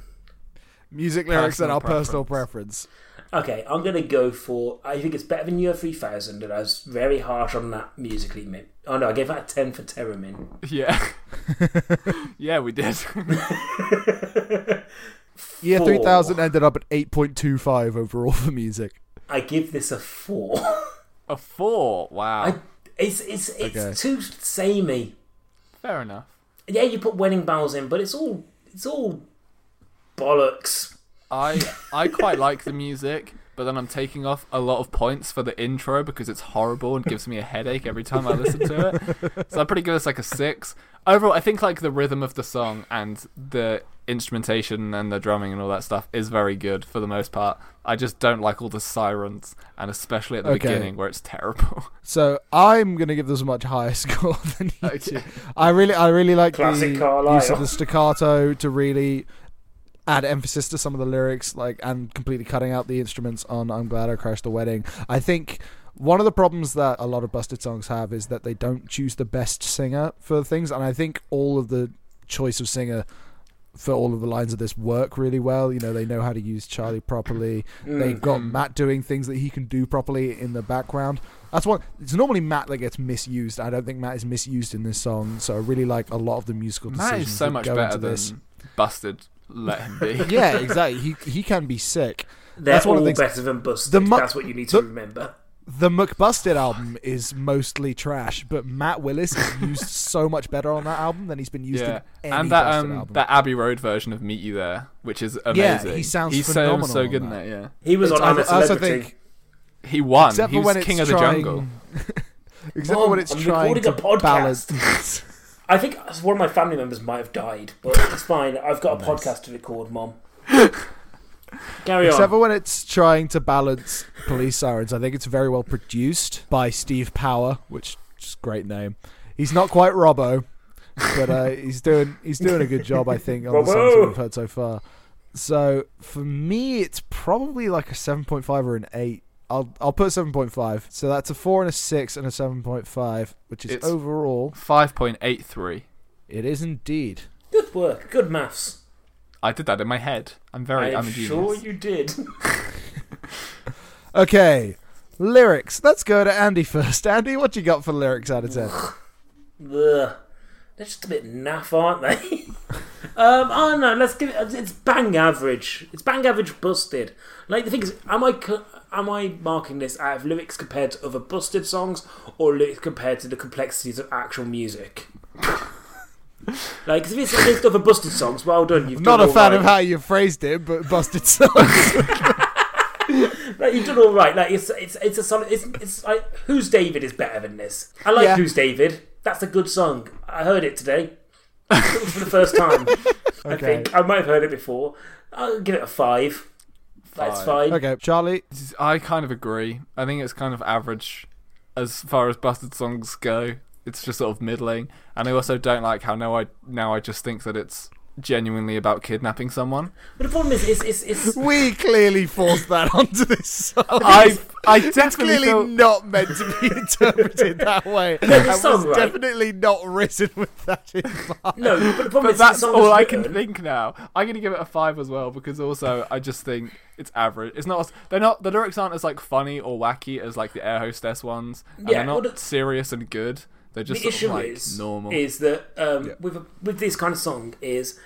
Speaker 2: Music lyrics and
Speaker 1: Personal
Speaker 2: our personal preference.
Speaker 3: okay. I'm gonna go for. I think it's better than Year Three Thousand, and I was very harsh on that musically. Mate. Oh no, I gave that a ten for Terramin.
Speaker 1: Yeah. yeah, we did.
Speaker 2: Year
Speaker 3: Four.
Speaker 2: 3000 ended up at 8.25 overall for music.
Speaker 3: I give this a four.
Speaker 1: a four. Wow.
Speaker 3: I, it's it's it's
Speaker 2: Okay.
Speaker 3: too samey.
Speaker 1: Fair enough.
Speaker 3: Yeah, you put wedding bells in, but it's all it's all bollocks.
Speaker 1: I I quite like the music, but then I'm taking off a lot of points for the intro because it's horrible and gives me a headache every time I listen to it. So I'd pretty give this like a six. Overall, I think like the rhythm of the song and the instrumentation and the drumming and all that stuff is very good for the most part. I just don't like all the sirens and especially at the
Speaker 2: Okay.
Speaker 1: beginning where it's terrible.
Speaker 2: So I'm going to give this a much higher score than you
Speaker 1: Okay.
Speaker 2: two. I really I really like
Speaker 3: Classic
Speaker 2: the
Speaker 3: Carlisle.
Speaker 2: use of the staccato to really add emphasis to some of the lyrics like and completely cutting out the instruments on I'm glad I crashed the wedding. I think one of the problems that a lot of busted songs have is that they don't choose the best singer for things and I think all of the choice of singer for all of the lines of this work really well. You know, they know how to use Charlie properly.
Speaker 3: Mm,
Speaker 2: They've got Matt doing things that he can do properly in the background. That's one. It's normally Matt that gets misused. I don't think Matt is misused in this song. So I really like a lot of the musical decisions.
Speaker 1: That is so
Speaker 2: that
Speaker 1: much
Speaker 2: go
Speaker 1: better
Speaker 2: into
Speaker 1: than
Speaker 2: this.
Speaker 1: Busted Let Him Be.
Speaker 2: yeah, exactly. He he can be sick.
Speaker 3: They're
Speaker 2: That's one of
Speaker 3: all
Speaker 2: the things-
Speaker 3: better than busted.
Speaker 2: The mu-
Speaker 3: That's what you need to
Speaker 2: the-
Speaker 3: remember.
Speaker 2: The McBusted album is mostly trash, but Matt Willis is used so much better on that album than he's been used
Speaker 1: Yeah,
Speaker 2: in any
Speaker 1: and that
Speaker 2: Busted
Speaker 1: um
Speaker 2: album.
Speaker 1: that Abbey Road version of Meet You There, which is
Speaker 2: Yeah,
Speaker 1: amazing.
Speaker 2: he sounds
Speaker 1: he sounds
Speaker 2: phenomenal
Speaker 1: so
Speaker 2: on
Speaker 1: good in
Speaker 2: that.
Speaker 1: it. Yeah,
Speaker 3: He was
Speaker 2: It's-
Speaker 3: on I'm
Speaker 2: I
Speaker 3: a
Speaker 2: also
Speaker 3: Celebrity.
Speaker 2: think-
Speaker 1: he won.
Speaker 2: Except
Speaker 1: he
Speaker 2: for when
Speaker 1: was
Speaker 2: it's
Speaker 1: king of the
Speaker 2: trying-
Speaker 1: jungle.
Speaker 2: Except
Speaker 3: Mom,
Speaker 2: when it's
Speaker 3: I'm
Speaker 2: trying
Speaker 3: recording
Speaker 2: to
Speaker 3: a podcast.
Speaker 2: balance.
Speaker 3: I think one of my family members might have died, but it's fine. I've got a podcast to record, Mom. Carry
Speaker 2: Except
Speaker 3: on.
Speaker 2: for when it's trying to balance police sirens. I think it's very well produced by Steve Power, which is a great name. He's not quite Robbo, but uh, he's doing he's doing a good job, I think, on the songs
Speaker 3: Robbo!
Speaker 2: we've heard so far. So for me, it's probably like a seven point five or an eight. I'll I'll put seven point five. So that's a four and a six and a seven point five, which is
Speaker 1: It's-
Speaker 2: overall
Speaker 1: Five point eight three.
Speaker 2: it is indeed.
Speaker 3: Good work. Good maths.
Speaker 1: I did that in my head. I'm very.
Speaker 3: I'm
Speaker 1: I'm a genius.
Speaker 3: sure you did.
Speaker 2: Okay, lyrics. Let's go to Andy first. Andy, what you got for lyrics out of ten?
Speaker 3: Ugh. They're just a bit naff, aren't they? um, I don't know. Let's give it. It's bang average. It's bang average busted. Like the thing is, am I cu- am I marking this out of lyrics compared to other busted songs, or lyrics compared to the complexities of actual music? like if it's against other busted songs, well done. You've
Speaker 2: Not
Speaker 3: done
Speaker 2: a fan
Speaker 3: alright.
Speaker 2: of how you phrased it, but busted songs.
Speaker 3: Like, you've done all right. Like it's it's it's a solid. It's it's like Who's David is better than this. I like
Speaker 2: Yeah.
Speaker 3: Who's David. That's a good song. I heard it today for the first time. I
Speaker 2: Okay.
Speaker 3: think I might have heard it before. I'll give it a five. That's
Speaker 1: Five.
Speaker 3: fine.
Speaker 2: okay, Charlie.
Speaker 1: I kind of agree. I think it's kind of average as far as busted songs go. It's just sort of middling, and I also don't like how now I now I just think that it's genuinely about kidnapping someone.
Speaker 3: But the problem is, it's it's, it's
Speaker 2: We clearly forced that onto this song.
Speaker 1: I I
Speaker 2: it's
Speaker 1: definitely
Speaker 2: clearly
Speaker 1: feel-
Speaker 2: not meant to be interpreted that way.
Speaker 3: No, the
Speaker 2: That was
Speaker 3: song, right?
Speaker 2: definitely not written with that in mind.
Speaker 3: no. But the problem
Speaker 1: But
Speaker 3: is, the
Speaker 1: that's
Speaker 3: song
Speaker 1: all
Speaker 3: was
Speaker 1: I can
Speaker 3: written-
Speaker 1: think now. I'm gonna give it a five as well because also I just think it's average. It's not. as- They're not. The lyrics aren't as like funny or wacky as like the air hostess ones, and
Speaker 3: Yeah,
Speaker 1: they're
Speaker 3: well,
Speaker 1: not
Speaker 3: the-
Speaker 1: serious and good. They're just
Speaker 3: the
Speaker 1: sort
Speaker 3: issue
Speaker 1: of like
Speaker 3: is
Speaker 1: normal.
Speaker 3: is that um, with a, with this kind of song is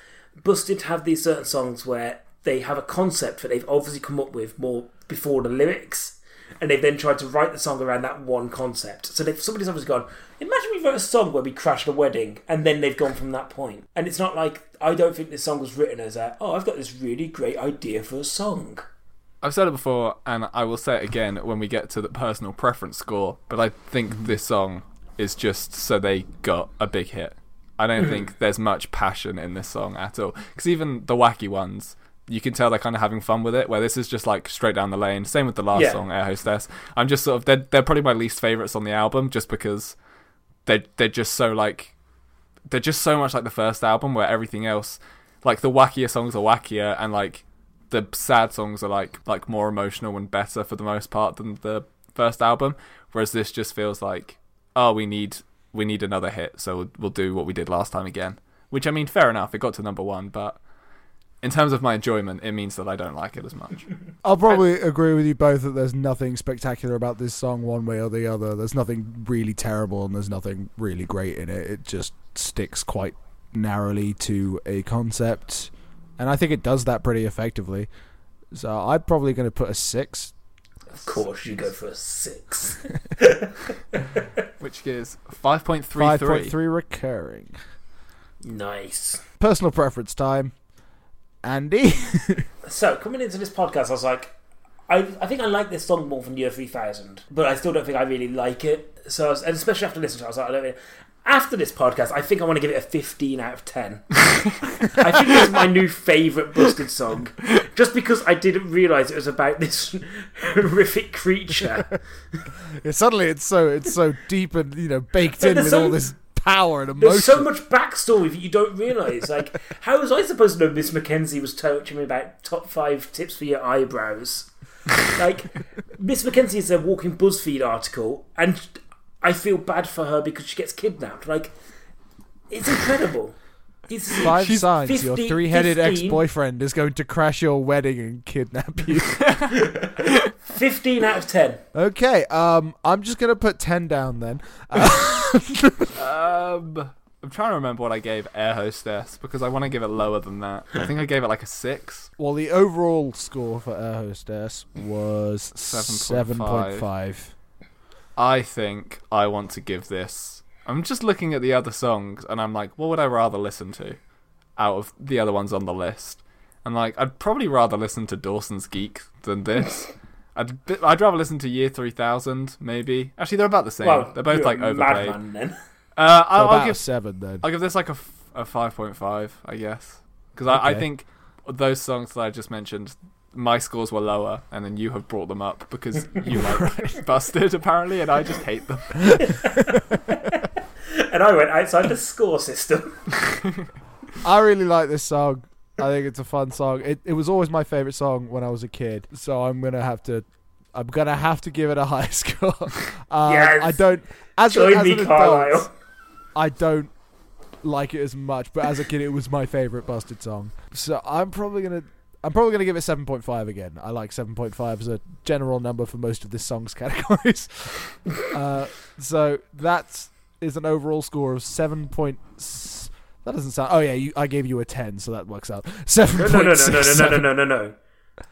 Speaker 3: Busted have these certain songs where they have a concept that they've obviously come up with more before the lyrics, and they've then tried to write the song around that one concept. So they've, somebody's obviously gone, imagine we wrote a song where we crashed a wedding, and then they've gone from that point. And it's not like I don't think this song was written as a oh I've got this really great idea for a song.
Speaker 1: I've said it before, and I will say it again when we get to the personal preference score. But I think this song is just so they got a big hit. I don't think there's much passion in this song at all. Because even the wacky ones, you can tell they're kind of having fun with it. Where this is just like straight down the lane. Same with the last
Speaker 3: Yeah.
Speaker 1: song, Air Hostess. I'm just sort of they're they're probably my least favorites on the album, just because they they're just so like they're just so much like the first album where everything else like the wackier songs are wackier and like the sad songs are like like more emotional and better for the most part than the first album whereas this just feels like oh we need we need another hit so we'll, we'll do what we did last time again which i mean fair enough it got to number 1 but in terms of my enjoyment it means that i don't like it as much
Speaker 2: I'll probably agree with you both that there's nothing spectacular about this song, one way or the other. There's nothing really terrible, and there's nothing really great in it. It just sticks quite narrowly to a concept, and I think it does that pretty effectively. So I'm probably going to put a six.
Speaker 3: Of course, you go for a six.
Speaker 1: which is 5.33
Speaker 2: Five point three recurring.
Speaker 3: nice.
Speaker 2: Personal preference time. Andy,
Speaker 3: So coming into this podcast, I was like, I, I think I like this song more than Year Three Thousand, but I still don't think I really like it. So, I was, and especially after listening to, it, I was like, I don't. Really, after this podcast, I think I want to give it a fifteen out of ten. I think it's my new favourite busted song, just because I didn't realise it was about this horrific creature.
Speaker 2: suddenly it's so it's so deep and you know baked
Speaker 3: But
Speaker 2: in
Speaker 3: there's
Speaker 2: with
Speaker 3: so-
Speaker 2: all this power and emotion.
Speaker 3: There's so much backstory that you don't realise. Like, how was I supposed to know Miss Mackenzie was touching me about top five tips for your eyebrows? Like, Miss Mackenzie is a walking BuzzFeed article, and I feel bad for her because she gets kidnapped. Like, it's incredible. It's
Speaker 2: Five
Speaker 1: She's
Speaker 2: signs
Speaker 3: 50
Speaker 2: your three-headed
Speaker 3: 15.
Speaker 2: ex-boyfriend is going to crash your wedding and kidnap you.
Speaker 3: 15 out of 10.
Speaker 2: okay, um, I'm just gonna put ten down then. Uh,
Speaker 1: Um, I'm trying to remember what I gave Air Hostess because I want to give it lower than that. I think I gave it like a six.
Speaker 2: Well, the overall score for Air Hostess was seven
Speaker 1: 7.5.
Speaker 2: point five.
Speaker 1: I think I want to give this. I'm just looking at the other songs and I'm like, what would I rather listen to out of the other ones on the list? And like, I'd probably rather listen to Dawson's Geek than this. I'd bi- I'd rather listen to Year 3000 maybe. Actually, they're about the same.
Speaker 3: Well,
Speaker 1: they're both
Speaker 3: you're
Speaker 1: like
Speaker 3: a
Speaker 1: overplayed. Uh,
Speaker 3: Madman, then.
Speaker 2: So
Speaker 1: I'll,
Speaker 2: about
Speaker 1: I'll
Speaker 2: a
Speaker 1: give
Speaker 2: seven then.
Speaker 1: I'll give this like a, f- a 5.5, I guess. Because I, I
Speaker 2: Okay.
Speaker 1: think those songs that I just mentioned, my scores were lower, and then you have brought them up because you like busted apparently, and I just hate them.
Speaker 3: and I went outside the score system.
Speaker 2: I really like this song. I think it's a fun song. It it was always my favorite song when I was a kid. So I'm gonna have to, I'm gonna have to give it a high score. Um,
Speaker 3: Yes.
Speaker 2: I don't. As, a,
Speaker 3: Join
Speaker 2: as
Speaker 3: me,
Speaker 2: an adult,
Speaker 3: Carlisle.
Speaker 2: I don't like it as much, but as a kid, it was my favorite Busted song. So I'm probably gonna. I'm probably going to give it 7.5 again. I like 7.5 as a general number for most of this song's categories. uh, so that is an overall score of 7. Point s- that doesn't sound. Oh yeah, you, I gave you a 10, so that works out.
Speaker 3: No,
Speaker 2: 7.67.
Speaker 3: no, no, no, no, no, no, no, no, no.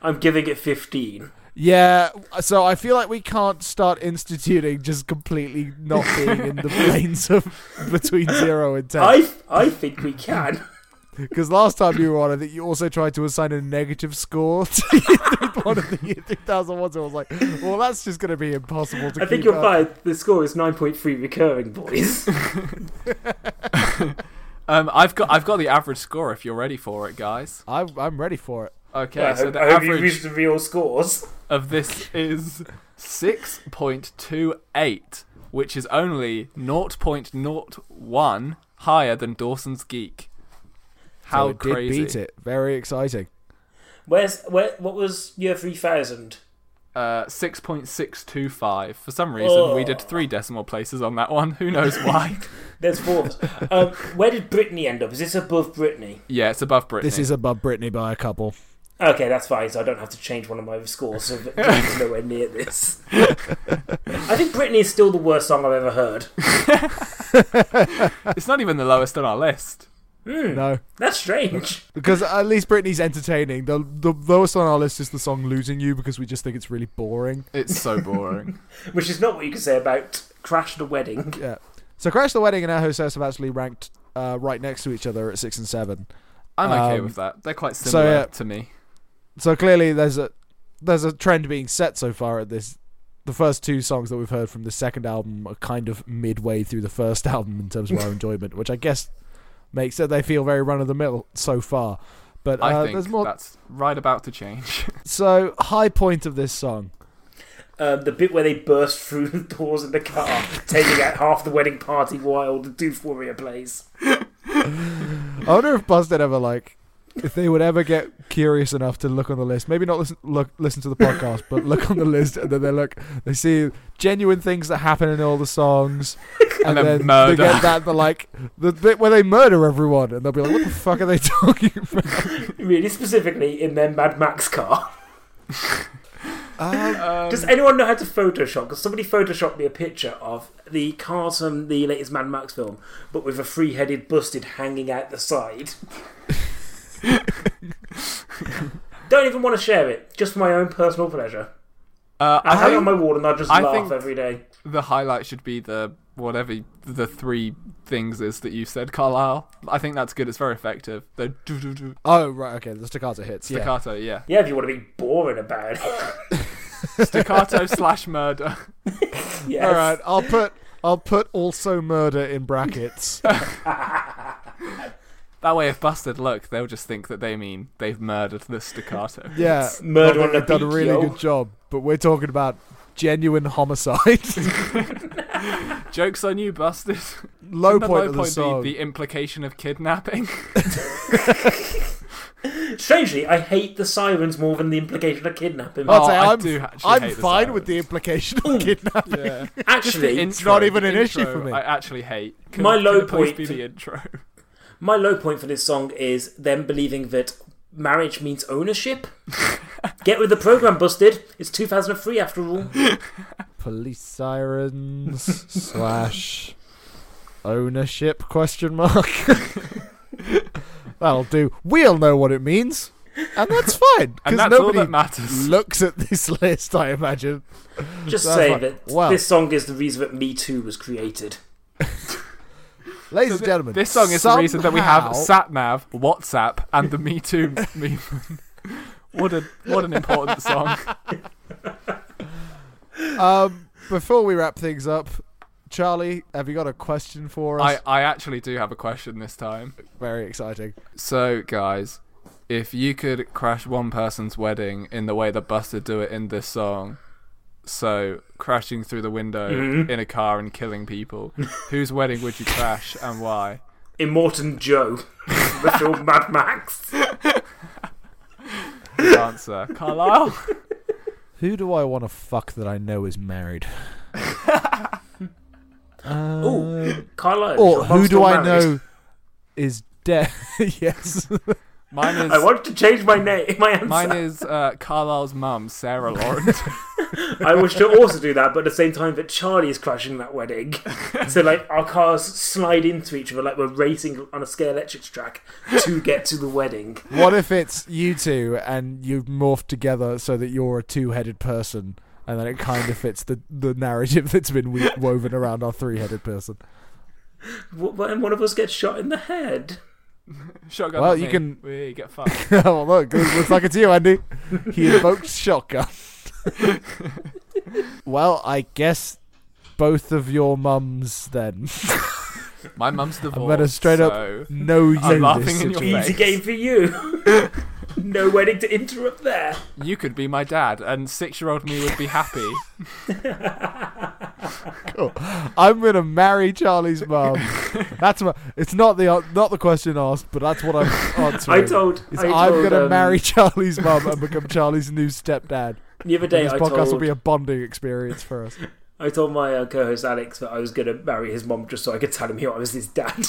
Speaker 3: I'm giving it 15.
Speaker 2: Yeah, so I feel like we can't start instituting just completely not being in the planes of between 0 and 10.
Speaker 3: I, I think we can.
Speaker 2: Because last time you were on, I think you also tried to assign a negative score to year three- one of the year 3001. So I was like, well, that's just going to be impossible to
Speaker 3: I think
Speaker 2: keep
Speaker 3: you're
Speaker 2: up.
Speaker 3: fired. The score is 9.3 recurring, boys.
Speaker 1: Um, I've got I've got the average score if you're ready for it, guys.
Speaker 2: I'm, I'm ready for it.
Speaker 1: Okay,
Speaker 3: I
Speaker 1: so
Speaker 3: hope,
Speaker 1: the
Speaker 3: I hope you
Speaker 1: average
Speaker 3: reached the real scores.
Speaker 1: of this is six point two eight, which is only 0.01 higher than Dawson's Geek. How
Speaker 2: so it
Speaker 1: crazy!
Speaker 2: did beat it. Very exciting.
Speaker 3: Where's where? What was year 3000?
Speaker 1: Uh, six point six two five. For some reason, we did three decimal places on that one. Who knows why?
Speaker 3: There's four of us. Um, where did Brittany end up? Is this above Brittany?
Speaker 1: yeah, it's above Britain.
Speaker 2: This is above Britney by a couple.
Speaker 3: Okay, that's fine. So I don't have to change one of my scores. So it's nowhere near this. I think Brittany is still the worst song I've ever heard.
Speaker 1: It's not even the lowest on our list.
Speaker 2: No.
Speaker 3: That's strange.
Speaker 2: Because at least Britney's entertaining. The, the lowest on our list is the song Losing You because we just think it's really boring.
Speaker 1: It's so boring.
Speaker 3: Which is not what you can say about Crash the Wedding.
Speaker 2: Yeah. So Crash the Wedding and Our Hostess have actually ranked uh, right next to each other at 6 and 7.
Speaker 1: I'm okay
Speaker 2: Um,
Speaker 1: with that. They're quite
Speaker 2: so, uh,
Speaker 1: similar
Speaker 2: yeah.
Speaker 1: to me.
Speaker 2: so clearly there's a there's a trend being set so far at this the first two songs that we've heard from the second album are kind of midway through the first album in terms of our enjoyment which i guess makes it they feel very run of the mill so far but
Speaker 1: I
Speaker 2: uh,
Speaker 1: think
Speaker 2: there's more
Speaker 1: that's right about to change.
Speaker 2: so high point of this song
Speaker 3: Um, the bit where they burst through the doors in the car, taking out half the wedding party while the Doof Warrior plays.
Speaker 2: i wonder if busted ever like if they would ever get curious enough to look on the list maybe not listen look listen to the podcast but look on the list and then they look they see genuine things that happen in all the songs
Speaker 1: and,
Speaker 2: and,
Speaker 1: then,
Speaker 2: then
Speaker 1: murder.
Speaker 2: they get that the like the bit where they murder everyone, and they'll be like, "What the fuck are they talking about?"
Speaker 3: Really specifically in their Mad Max car.
Speaker 2: Um,
Speaker 1: Um,
Speaker 3: Does anyone know how to Photoshop? Because somebody photoshopped me a picture of the cars from the latest Mad Max film, but with a three headed busted hanging out the side. Don't even want to share it, just for my own personal pleasure.
Speaker 1: uh,
Speaker 3: I have it on
Speaker 1: I,
Speaker 3: my wall and I just
Speaker 1: I
Speaker 3: laugh
Speaker 1: think-
Speaker 3: every day.
Speaker 1: the highlight should be the whatever the three things is that you said, Carlisle. I think that's good. It's very effective. The do do do
Speaker 2: oh right, okay, the staccato hits. Yeah.
Speaker 1: staccato, yeah,
Speaker 3: Yeah, if you want to be boring about it.
Speaker 1: staccato slash murder.
Speaker 3: yes.
Speaker 2: All right, I'll put I'll put also murder in brackets.
Speaker 1: That way, if busted look, they'll just think that they mean they've murdered the staccato.
Speaker 2: Yeah,
Speaker 3: Murder
Speaker 2: Well,
Speaker 3: on the
Speaker 2: they've done a
Speaker 3: beach,
Speaker 2: really
Speaker 3: yo.
Speaker 2: good job, but we're talking about genuine homicide.
Speaker 1: Jokes on you, busted.
Speaker 2: low
Speaker 1: Wouldn't the
Speaker 2: point of the
Speaker 1: be
Speaker 2: song.
Speaker 1: the implication of kidnapping.
Speaker 3: Strangely, I hate the sirens more than the implication of kidnapping.
Speaker 1: Oh,
Speaker 2: I'll say
Speaker 1: I
Speaker 2: I'm,
Speaker 1: do actually
Speaker 2: I'm
Speaker 1: hate the
Speaker 2: fine
Speaker 1: sirens.
Speaker 2: with the implication of kidnapping.
Speaker 3: Actually,
Speaker 1: It's
Speaker 2: not even an issue for me.
Speaker 1: I actually hate. Can,
Speaker 3: My low
Speaker 1: can it please
Speaker 3: point-
Speaker 1: be the intro.
Speaker 3: my low point for this song is them believing that marriage means ownership. Get with the program, busted. It's 2003 after all.
Speaker 2: Police sirens slash ownership question mark. That'll do. We'll know what it means, and that's fine
Speaker 1: And
Speaker 2: because
Speaker 1: that's all that
Speaker 2: nobody
Speaker 1: matters.
Speaker 2: looks at this list. I imagine.
Speaker 3: Just
Speaker 2: That's
Speaker 3: say
Speaker 2: fine.
Speaker 3: that
Speaker 2: Wow.
Speaker 3: this song is the reason that Me Too was created.
Speaker 2: Ladies
Speaker 1: So
Speaker 2: and
Speaker 1: thi-
Speaker 2: gentlemen,
Speaker 1: This song is the reason that we have
Speaker 2: somehow-
Speaker 1: SatNav, WhatsApp, and the Me Too movement. what a what an important song.
Speaker 2: um, before we wrap things up, Charlie, have you got a question for us?
Speaker 1: I, I actually do have a question this time.
Speaker 2: Very exciting.
Speaker 1: So guys, if you could crash one person's wedding in the way that Buster do it in this song, so crashing through the window
Speaker 2: Mm-hmm.
Speaker 1: in a car and killing people, whose wedding would you crash and why?
Speaker 3: Immortan Joe, the film Mad Max.
Speaker 1: The answer, Carlisle.
Speaker 2: Who do I want to fuck that I know is married? Um,
Speaker 3: Ooh, Carlisle.
Speaker 2: or
Speaker 3: I'm
Speaker 2: who do
Speaker 3: still
Speaker 2: I
Speaker 3: married.
Speaker 2: know is dead? yes.
Speaker 1: Mine
Speaker 3: I
Speaker 1: is
Speaker 3: want to change my name, my answer.
Speaker 1: mine is uh, Carlisle's mum, Sarah Lawrence.
Speaker 3: I wish to also do that, but at the same time that Charlie is crashing that wedding. so, like, our cars slide into each other like we're racing on a scale electrics track to get to the wedding.
Speaker 2: what if it's you two and you've morphed together so that you're a two-headed person, and then it kind of fits the, the narrative that's been we- woven around our three-headed person?
Speaker 3: W- But then one of us gets shot in the head.
Speaker 1: Shotgun.
Speaker 2: Well,
Speaker 1: at
Speaker 2: you
Speaker 1: me.
Speaker 2: can-
Speaker 1: we get fucked.
Speaker 2: oh, look, it looks like it's you, Andy. He invoked shotgun. well, I guess both of your mums then.
Speaker 1: My mum's divorced.
Speaker 2: gonna straight up-
Speaker 1: so-
Speaker 2: No, you.
Speaker 1: I'm laughing
Speaker 2: this
Speaker 1: in your
Speaker 2: situation.
Speaker 1: face.
Speaker 3: Easy game for you. no wedding to interrupt there.
Speaker 1: You could be my dad, and six-year-old me would be happy.
Speaker 2: I'm gonna marry Charlie's mum. That's my. It's not the not the question asked, but that's what I'm answering.
Speaker 3: I told.
Speaker 2: Is
Speaker 3: I
Speaker 2: I'm
Speaker 3: told,
Speaker 2: gonna
Speaker 3: um,
Speaker 2: marry Charlie's mum and become Charlie's new stepdad.
Speaker 3: The other
Speaker 2: And
Speaker 3: day,
Speaker 2: this
Speaker 3: I
Speaker 2: podcast
Speaker 3: told,
Speaker 2: will be a bonding experience for us.
Speaker 3: I told my uh, co-host Alex that I was going to marry his mom just so I could tell him who I was his dad.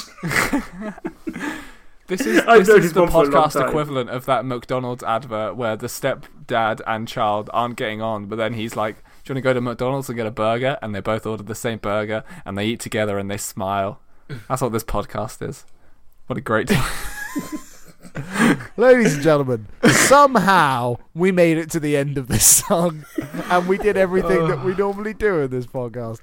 Speaker 1: This is,
Speaker 3: I've
Speaker 1: this
Speaker 3: known
Speaker 1: is
Speaker 3: his
Speaker 1: the
Speaker 3: mum for a long
Speaker 1: podcast
Speaker 3: time.
Speaker 1: equivalent of that McDonald's advert where the stepdad and child aren't getting on, but then he's like, Do you want to go to McDonald's and get a burger? And they both order the same burger and they eat together and they smile. That's what this podcast is. What a great time.
Speaker 2: Ladies and gentlemen, somehow we made it to the end of this song, and we did everything that we normally do in this podcast.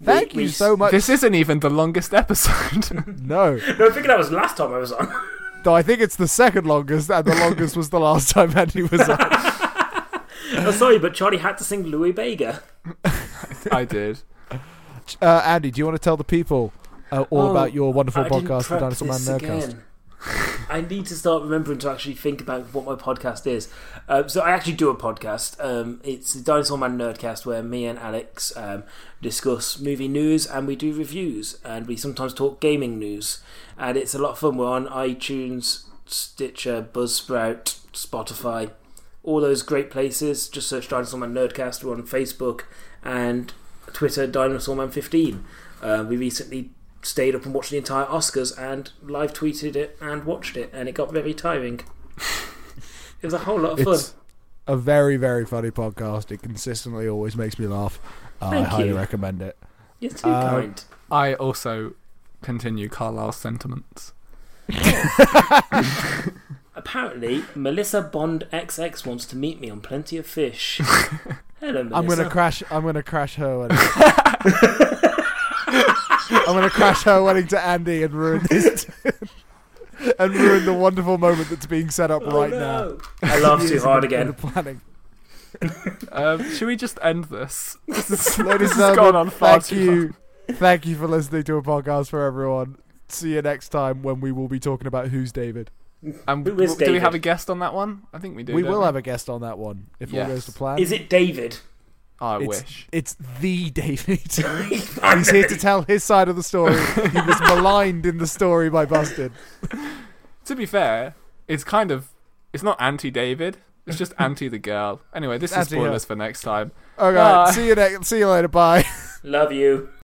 Speaker 2: Thank
Speaker 3: Oh. We-
Speaker 2: you
Speaker 3: we-
Speaker 2: so much.
Speaker 1: this isn't even the longest episode.
Speaker 2: no,
Speaker 3: no, I figured that was last time I was on.
Speaker 2: though I think it's the second longest, and the longest was the last time Andy was on.
Speaker 3: oh, sorry, but Charlie had to sing Louis Vega.
Speaker 1: I did.
Speaker 2: Uh, Andy, do you want to tell the people uh, all
Speaker 3: Oh,
Speaker 2: about your wonderful
Speaker 3: I didn't
Speaker 2: podcast, the
Speaker 3: prep
Speaker 2: Dinosaur Man
Speaker 3: this
Speaker 2: Nerdcast?
Speaker 3: again. I need to start remembering to actually think about what my podcast is. Uh, so I actually do a podcast. Um, it's the Dinosaur Man Nerdcast, where me and Alex um, discuss movie news and we do reviews and we sometimes talk gaming news. And it's a lot of fun. We're on iTunes, Stitcher, Buzzsprout, Spotify, all those great places. Just search Dinosaur Man Nerdcast. We're on Facebook and Twitter, Dinosaur Man 15. Uh, we recently stayed up and watched the entire Oscars and live tweeted it and watched it, and it got very tiring. it was a whole lot of fun.
Speaker 2: It's a very, very funny podcast. It consistently always makes me laugh. Uh, I
Speaker 3: Thank
Speaker 2: highly
Speaker 3: you.
Speaker 2: recommend it.
Speaker 3: You're too
Speaker 2: uh,
Speaker 3: kind.
Speaker 1: I also continue Carlisle's sentiments.
Speaker 3: Apparently, Melissa Bond XX wants to meet me on Plenty of Fish. Hello, Melissa.
Speaker 2: I'm gonna crash. I'm gonna crash her wedding. I'm gonna crash her wedding to Andy and ruin this, and ruin the wonderful moment that's being set up
Speaker 3: Oh,
Speaker 2: right now.
Speaker 3: no. I laugh too
Speaker 2: Years
Speaker 3: hard
Speaker 2: in the- in
Speaker 3: again.
Speaker 2: the planning.
Speaker 1: Um, should we just end this? This is-
Speaker 2: Ladies
Speaker 1: this
Speaker 2: and
Speaker 1: has gone
Speaker 2: gentlemen,
Speaker 1: on far
Speaker 2: thank
Speaker 1: too
Speaker 2: you, thank you for listening to a podcast for everyone. See you next time when we will be talking about who's David.
Speaker 1: long. And
Speaker 3: Who is
Speaker 1: do we have
Speaker 3: David?
Speaker 1: a guest on that one? I think we do.
Speaker 2: we
Speaker 1: don't
Speaker 2: will have a guest on that one if
Speaker 1: Yes.
Speaker 2: all goes to plan.
Speaker 3: Is it David?
Speaker 1: Oh, I
Speaker 2: It's-
Speaker 1: wish.
Speaker 2: It's the David.
Speaker 3: He's
Speaker 2: He's here to tell his side of the story. He was maligned in the story by Busted.
Speaker 1: to be fair, it's kind of it's not anti David. It's just anti the girl. Anyway, this is
Speaker 2: Anti her.
Speaker 1: spoilers for next time.
Speaker 2: Okay,
Speaker 1: Bye.
Speaker 2: see you next. See you later. Bye.
Speaker 3: Love you.